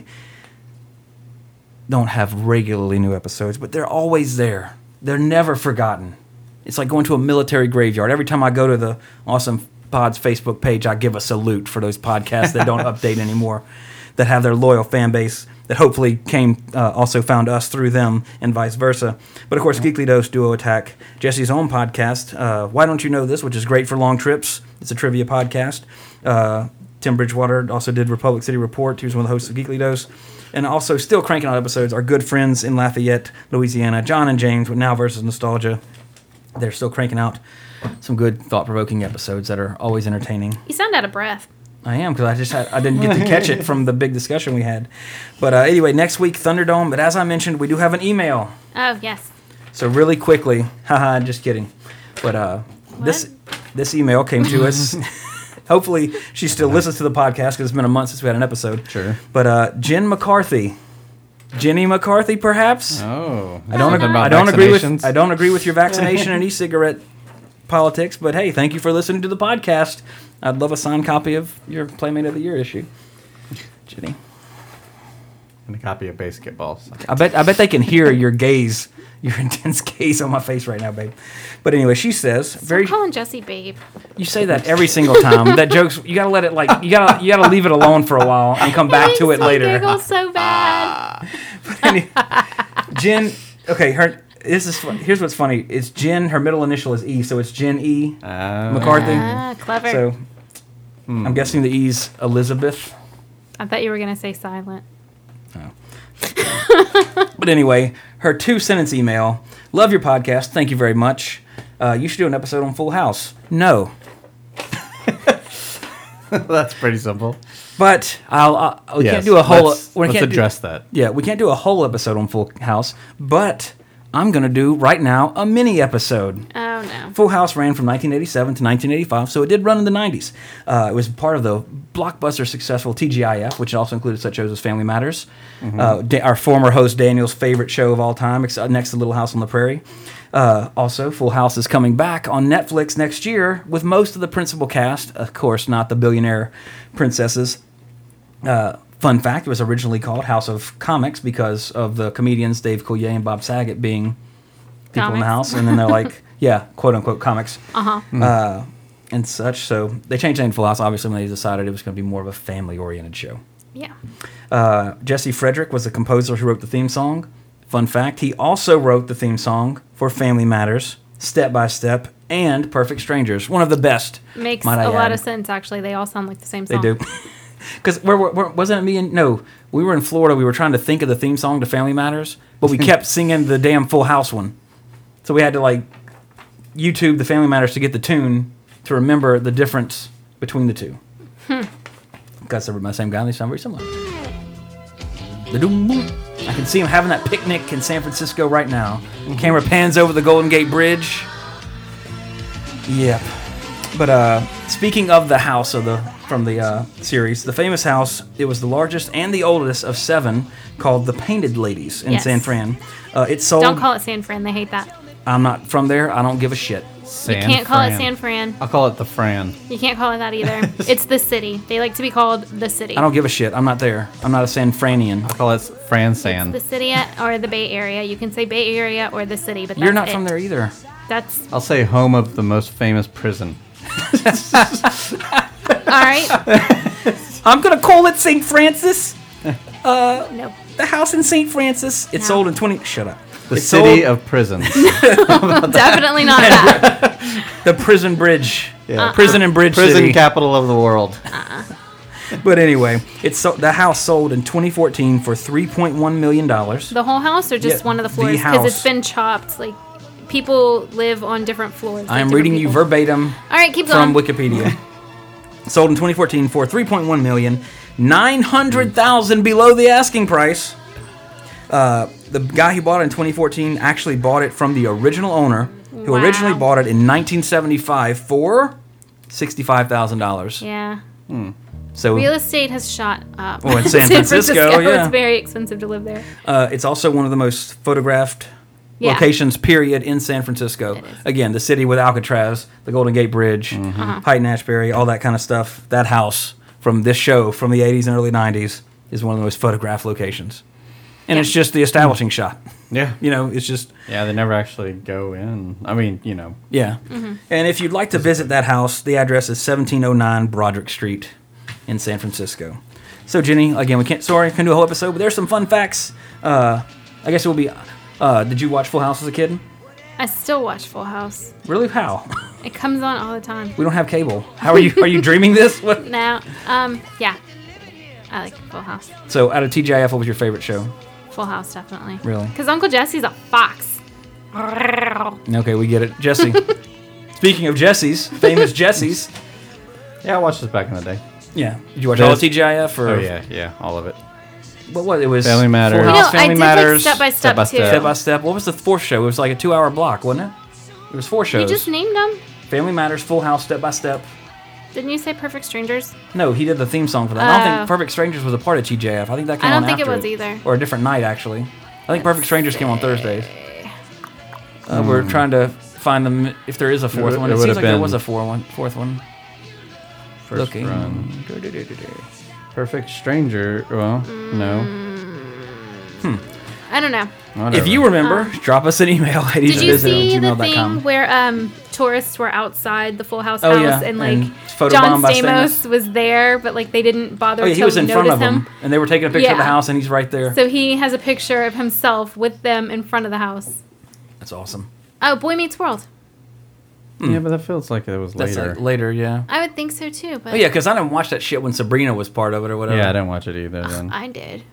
don't have regularly new episodes, but they're always there. They're never forgotten. It's like going to a military graveyard. Every time I go to the Awesome Pods Facebook page, I give a salute for those podcasts that don't update anymore, that have their loyal fan base that hopefully came uh, also found us through them and vice versa. But of course, Geekly Dose Duo Attack, Jesse's own podcast. Uh, Why don't you know this? Which is great for long trips. It's a trivia podcast. Uh, Tim Bridgewater also did Republic City Report. He was one of the hosts of Geekly Dose. and also still cranking out episodes. Our good friends in Lafayette, Louisiana, John and James with Now versus Nostalgia. They're still cranking out some good thought-provoking episodes that are always entertaining.
You sound out of breath.
I am because I just had, I didn't get to catch it from the big discussion we had. But uh, anyway, next week Thunderdome. But as I mentioned, we do have an email.
Oh yes.
So really quickly, haha, just kidding. But uh, this this email came to us. Hopefully, she still listens to the podcast because it's been a month since we had an episode.
Sure.
But uh, Jen McCarthy, Jenny McCarthy, perhaps.
Oh,
I don't. I don't agree with. I don't agree with your vaccination and e-cigarette politics. But hey, thank you for listening to the podcast. I'd love a signed copy of your Playmate of the Year issue, Jenny.
And a copy of Basketball. So.
I bet I bet they can hear your gaze, your intense gaze on my face right now, babe. But anyway, she says
Very
very.
I'm calling Jesse babe.
You say that every single time. that jokes you gotta let it like you gotta you gotta leave it alone for a while and come back to it
makes me
later.
Giggle oh, so bad.
Jen, okay, her this is fun- here's what's funny. It's Jen. Her middle initial is E, so it's Jen E
Uh,
McCarthy.
ah, clever.
So I'm guessing the E's Elizabeth.
I thought you were gonna say silent.
But anyway, her two sentence email. Love your podcast. Thank you very much. Uh, you should do an episode on Full House. No.
that's pretty simple.
But I'll, i we
Yes,
can't do a whole.
Let's,
we
let's
can't do-
address that.
yeah, we can't do a whole episode on Full House, but I'm gonna do right now a mini episode.
Oh no.
Full House ran from 1987 to 1985, so it did run in the 90s. Uh, it was part of the blockbuster successful TGIF, which also included such shows as Family Matters, uh, Da- our former host Daniel's favorite show of all time, ex- uh, next to Little House on the Prairie. Uh, also, Full House is coming back on Netflix next year with most of the principal cast, of course, not the billionaire princesses. Uh, fun fact: it was originally called House of Comics because of the comedians Dave Coulier and Bob Saget being people in the
Comics.
house, and then they're like, yeah, quote unquote comics, uh-huh. and such. So they changed the name to Full House, obviously, when they decided it was going to be more of a family-oriented show.
Yeah.
Uh, Jesse Frederick was the composer who wrote the theme song. Fun fact: he also wrote the theme song for Family Matters, Step by Step, and Perfect Strangers, one of the best.
Makes a
might I
lot
add.
of sense actually. They all sound like the same
They
song.
do. Because where, where, where- wasn't it me and no, we were in Florida. We were trying to think of the theme song to Family Matters, but we kept singing the damn Full House one. So we had to like YouTube the Family Matters to get the tune to remember the difference between the two. Because they're my same guy, and they sound very similar. The doom boom. I can see him having that picnic in San Francisco right now. Camera pans over the Golden Gate Bridge. Yep. But uh, speaking of the house of the from the uh, series, the famous house, it was the largest and the oldest of seven, called the Painted Ladies in
Yes.
San Fran. Uh, it sold.
Don't call it San Fran. They hate that.
I'm not from there. I don't give a shit.
San
Can't call it
Fran.
San Fran.
I'll call it the Fran.
You can't call it that either. it's the city. They like to be called the city.
I don't give a shit. I'm not there. I'm not a San Franian.
I'll call it Fran San.
the city or the Bay Area. You can say Bay Area or the city, but that's
You're not
it.
from there either.
That's
I'll say home of the most famous prison.
all right.
I'm gonna call it St. Francis.
no.
The house in St. Francis. It
No.
sold in 20. Shut up.
The
It
city
sold-
of prisons.
Definitely not that.
the prison bridge.
Yeah. Uh-uh.
Prison and bridge
prison
city.
capital of the world.
But anyway, it's so, the house sold in 2014 for 3.1 million dollars.
The whole house or just
Yeah,
one of the
the
floors because
house.
it's been chopped. Like people live on different floors. like
I am
different
reading you
people.
verbatim
All right, keep
from
going.
Wikipedia. sold in 2014 for 3.1 million, 900,000 below the asking price. Uh, the guy who bought it in 2014 actually bought it from the original owner, who
Wow.
originally bought it in 1975 for sixty-five thousand dollars.
yeah.
So
Real estate has shot up.
Oh, in San Francisco, yeah.
It's very expensive to live there.
uh, it's also one of the most photographed
Yeah.
locations, period, in San Francisco. Again, the city with Alcatraz, the Golden Gate Bridge, Height and Ashbury, all that kind of stuff. That house from this show from the 80s and early 90s is one of the most photographed locations. And it's just the establishing shot.
Yeah.
You know, it's just,
Yeah, they never actually go in. I mean, you know.
yeah. And if you'd like to visit that house, the address is 1709 Broderick Street in San Francisco. So, Jenny, again, we can't, sorry, can do a whole episode, but there's some fun facts. Uh, I guess it will be, uh, did you watch Full House as a kid?
I still watch Full House.
Really? How?
It comes on all the time.
We don't have cable. How are you? Are you dreaming this? What?
Now, um, yeah. I like Full House.
So out of TGIF, what was your favorite show?
Full House, definitely.
Really?
Because Uncle Jesse's a fox.
Okay, we get it. Jesse. Speaking of Jesse's, famous Jesse's.
Yeah, I watched this back in the day.
Yeah. Did you watch all of
This-
TGIF? Or
Oh yeah, yeah, all of it.
What was it? was
Family Matters.
Full
You
House,
know, I
Family
did like
Matters.
Step by Step,
by
too.
Step.
Step by Step. What was the fourth show? It was like a two hour block, wasn't it? It was four
You
shows.
just named them.
Family Matters, Full House, Step by Step.
Didn't you say Perfect Strangers?
No, he did the theme song for that. I don't
Oh.
think Perfect Strangers was a part of TJF. I think that came
I don't
on
think it
after
was either.
Or a different night, actually. I think Perfect Strangers came on Thursdays. Uh, We're trying to find them if there is a fourth
would-
one.
Hmm. it
It,
would
seems
have
like there
been-
was a four one, fourth one.
First
Looking.
run. Perfect Stranger. Well,
Mm.
no.
I don't know.
whatever.
If you remember, drop us an email.
Ah. Did you see the
gmail.com.
thing where um, tourists were outside the Full House
Oh,
house
yeah,
and like
and photobombed
John
by
Stamos was there, but like they didn't bother
Oh yeah, he
to
was in
notice
front of them,
him.
and they were taking a picture of the
Yeah.
house, and he's right there.
So he has a picture of himself with them in front of the house.
That's awesome.
Oh, Boy Meets World.
Yeah, but that feels like it was
That's
later.
like later, yeah.
I would think so too, but
Oh yeah, because I didn't watch that shit when Sabrina was part of it or whatever.
yeah, I didn't watch it either then.
I did.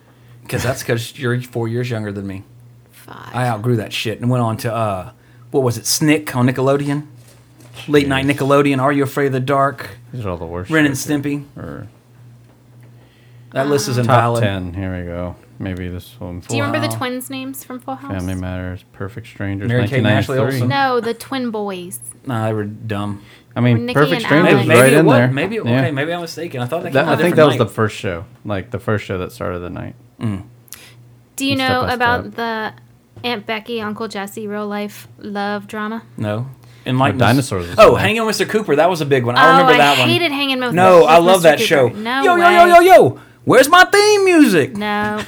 because that's because you're four years younger than me.
Fuck.
I uh, outgrew that shit and went on to uh, what was it, Snick on Nickelodeon, late night Nickelodeon. Are you afraid of the dark?
These are all the worst.
Ren and
shows here.
Stimpy.
Or
That list is
top
invalid.
ten. Here we go. Maybe this one.
Do you remember the
Wow.
twins' names from Full House?
Family Matters, Perfect Strangers,
Mary Kay and Ashley
1993.
Olsen.
No, the twin boys.
Nah, they were dumb.
I mean,
Nikki
Perfect
and
Strangers
Alex.
was
Maybe
right
it
in
was,
there.
Maybe it,
Yeah.
okay, maybe I'm mistaken. I thought that.
That-
came out
I think
different
that was
night.
the first show, like the first show that started the night.
Do you
Step
know
by
about
step.
the Aunt Becky, Uncle Jesse real life love drama?
no. And like
dinosaurs was
Oh,
in there.
Hanging with Mr. Cooper. That was a big one. I
oh,
remember that
I
one.
hated hanging with
No,
with
I love
Mr.
that
Cooper.
show.
No,
yo,
way.
yo, yo, yo, yo. Where's my theme music?
No.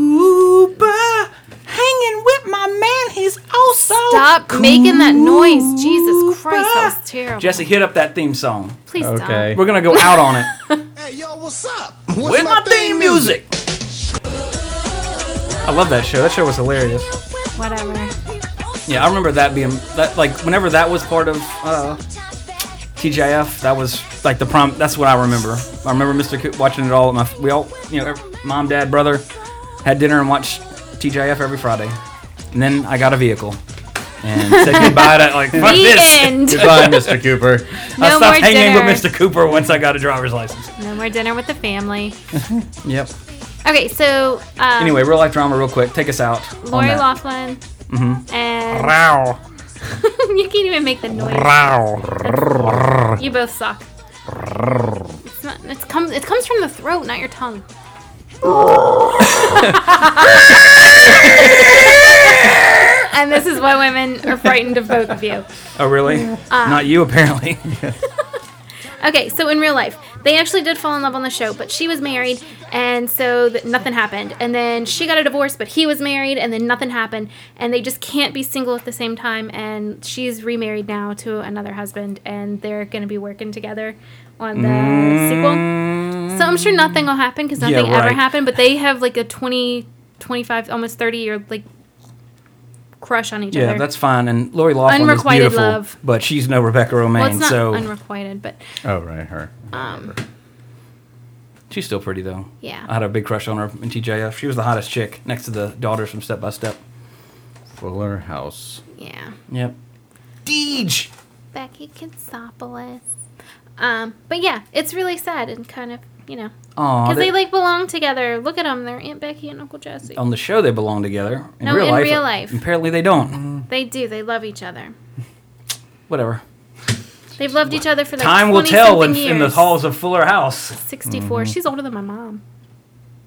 Cooper, hanging with my man. He's also
Stop making that noise. Jesus Christ, that was terrible.
Jesse, hit up that theme song.
Please
Okay.
We're gonna go out on it
Hey, yo, what's up?
with my theme music. I love that show. That show was hilarious.
stop. Whatever.
Yeah, I remember that being that like whenever that was part of uh, TGIF, that was like the prom. That's what I remember. I remember Mr. Coop watching it all. At my we all you know, every, mom, dad, brother, had dinner and watched TGIF every Friday. And then I got a vehicle and said goodbye to like fuck
The
this.
end.
Goodbye, Mr. Cooper.
I
No more
stopped hanging
dinner.
with Mr. Cooper once I got a driver's license.
No more dinner with the family.
Yep.
Okay, so um,
Anyway, real life drama, real quick. Take us out. on
Lori
that. Mm-hmm.
Laughlin and you can't even make the noise. That's- You both suck. It's not, it's come, it comes from the throat, not your tongue. and this is why women are frightened of both of you.
Oh, really?
Mm, uh,
Not you, apparently.
Okay, so in real life, they actually did fall in love on the show, but she was married, and so th- nothing happened. And then she got a divorce, but he was married, and then nothing happened. And they just can't be single at the same time. And she's remarried now to another husband, and they're going to be working together on the sequel. So I'm sure nothing will happen because
Mm. Yeah,
nothing ever
right.
happened. But they have like a 20, 25, almost 30 year like crush on each other.
Yeah, that's fine. And Lori Laughlin is
Unrequited
beautiful,
love.
but she's no Rebecca Romaine,
well, it's not
so
unrequited, but
Oh right, her.
she's still pretty though.
Yeah.
I had a big crush on her in TJF. She was the hottest chick next to the daughters from Step by Step.
Fuller House.
yeah.
Yep. Deej.
Becky Katsopoulos. Um, but yeah, it's really sad and kind of, you know,
Aw,
because
they-
they like belong together. Look at them; they're Aunt Becky and Uncle Jesse.
On the show, they belong together. In
No,
real
in
life,
real life.
apparently they don't.
They do. They love each other.
Whatever.
They've loved each other for like
Time will tell in,
20-something
in the Mm-hmm.
years.
halls of Fuller House.
64. She's older than my mom.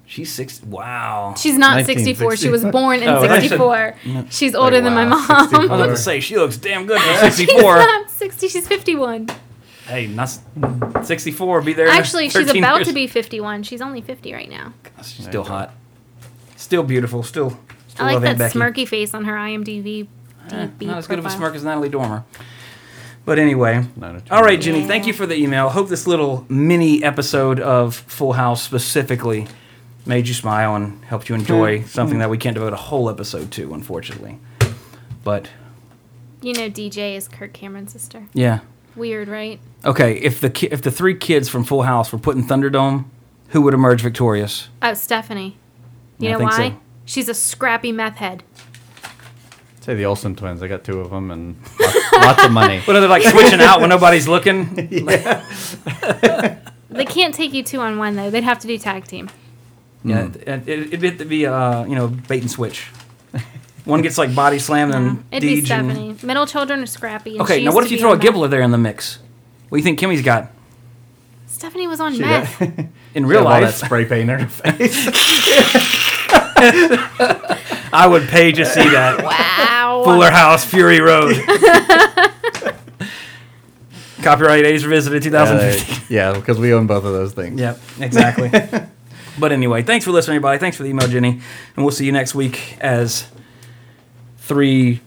She's six. Wow.
She's not 64. She was born in
Oh, Mm-hmm. that's a-
64. She's older than my
wow,
Oh,
mom.
64.
I was about to say she looks damn good for
She's
64.
not 60. She's 51.
hey, not s- 64. Be there. in
Actually, she's
13
about
years.
to be 51. She's only 50 right now.
She's still hot. Still beautiful. Still. still
I like
love
that
Aunt Becky.
smirky face on her IMDb.
Eh,
DB
not as good of a
profile.
smirk as Natalie Dormer. But anyway,
Not a
all right, Jenny.
Yeah.
Thank you for the email. Hope this little mini episode of Full House specifically made you smile and helped you enjoy
Mm-hmm.
something that we can't devote a whole episode to, unfortunately. But
You know, DJ is Kirk Cameron's sister.
yeah,
Weird, right?
okay. If the ki- if the three kids from Full House were put in Thunderdome, who would emerge victorious?
Oh, Stephanie. You
I
know
think so.
why? She's a scrappy meth head.
Say the Olsen twins. I got two of them and lots, lots of money.
What are they like switching out when nobody's looking?
They can't take you two on one though. They'd have to do tag team.
Yeah, it, it, it'd have to be uh, you know bait and switch. One gets like body slammed and
Mm-hmm. It'd be
Deej and-
Stephanie. Middle children are scrappy. and
Okay, now
she used
what
to
if you
be
throw a
on meth.
Gibbler there in the mix? What do you think Kimmy's got
Stephanie was on
She
meth.
got- she
in
had
real
all that
life?
spray paint in her face.
I would pay to see that.
Wow.
Fuller House, Fury Road. Copyright A's Revisited
Yeah,
2015.
they- Uh, yeah, because we own both of those things.
Yep, exactly. but anyway, thanks for listening, everybody. Thanks for the email, Jenny. And we'll see you next week as three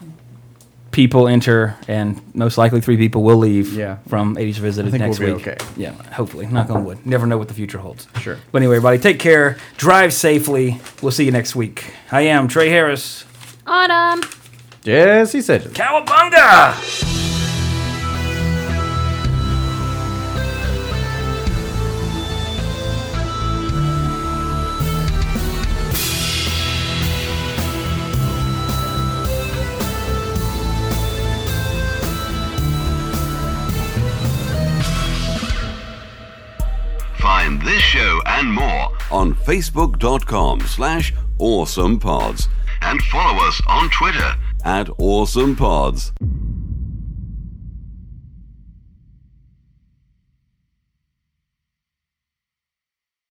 people enter, and most likely three people will leave
Yeah.
from 80s Visited
I think
next
we'll be
week.
okay.
Yeah, hopefully. Knock on wood. Never know what the future holds.
Sure.
But anyway, everybody, take care. Drive safely. We'll see you next week. I am Trey Harris.
Autumn.
Yes, he said.
Cowabunga!
Find this show and more on facebook.com slash awesomepods and follow us on Twitter at awesomepods.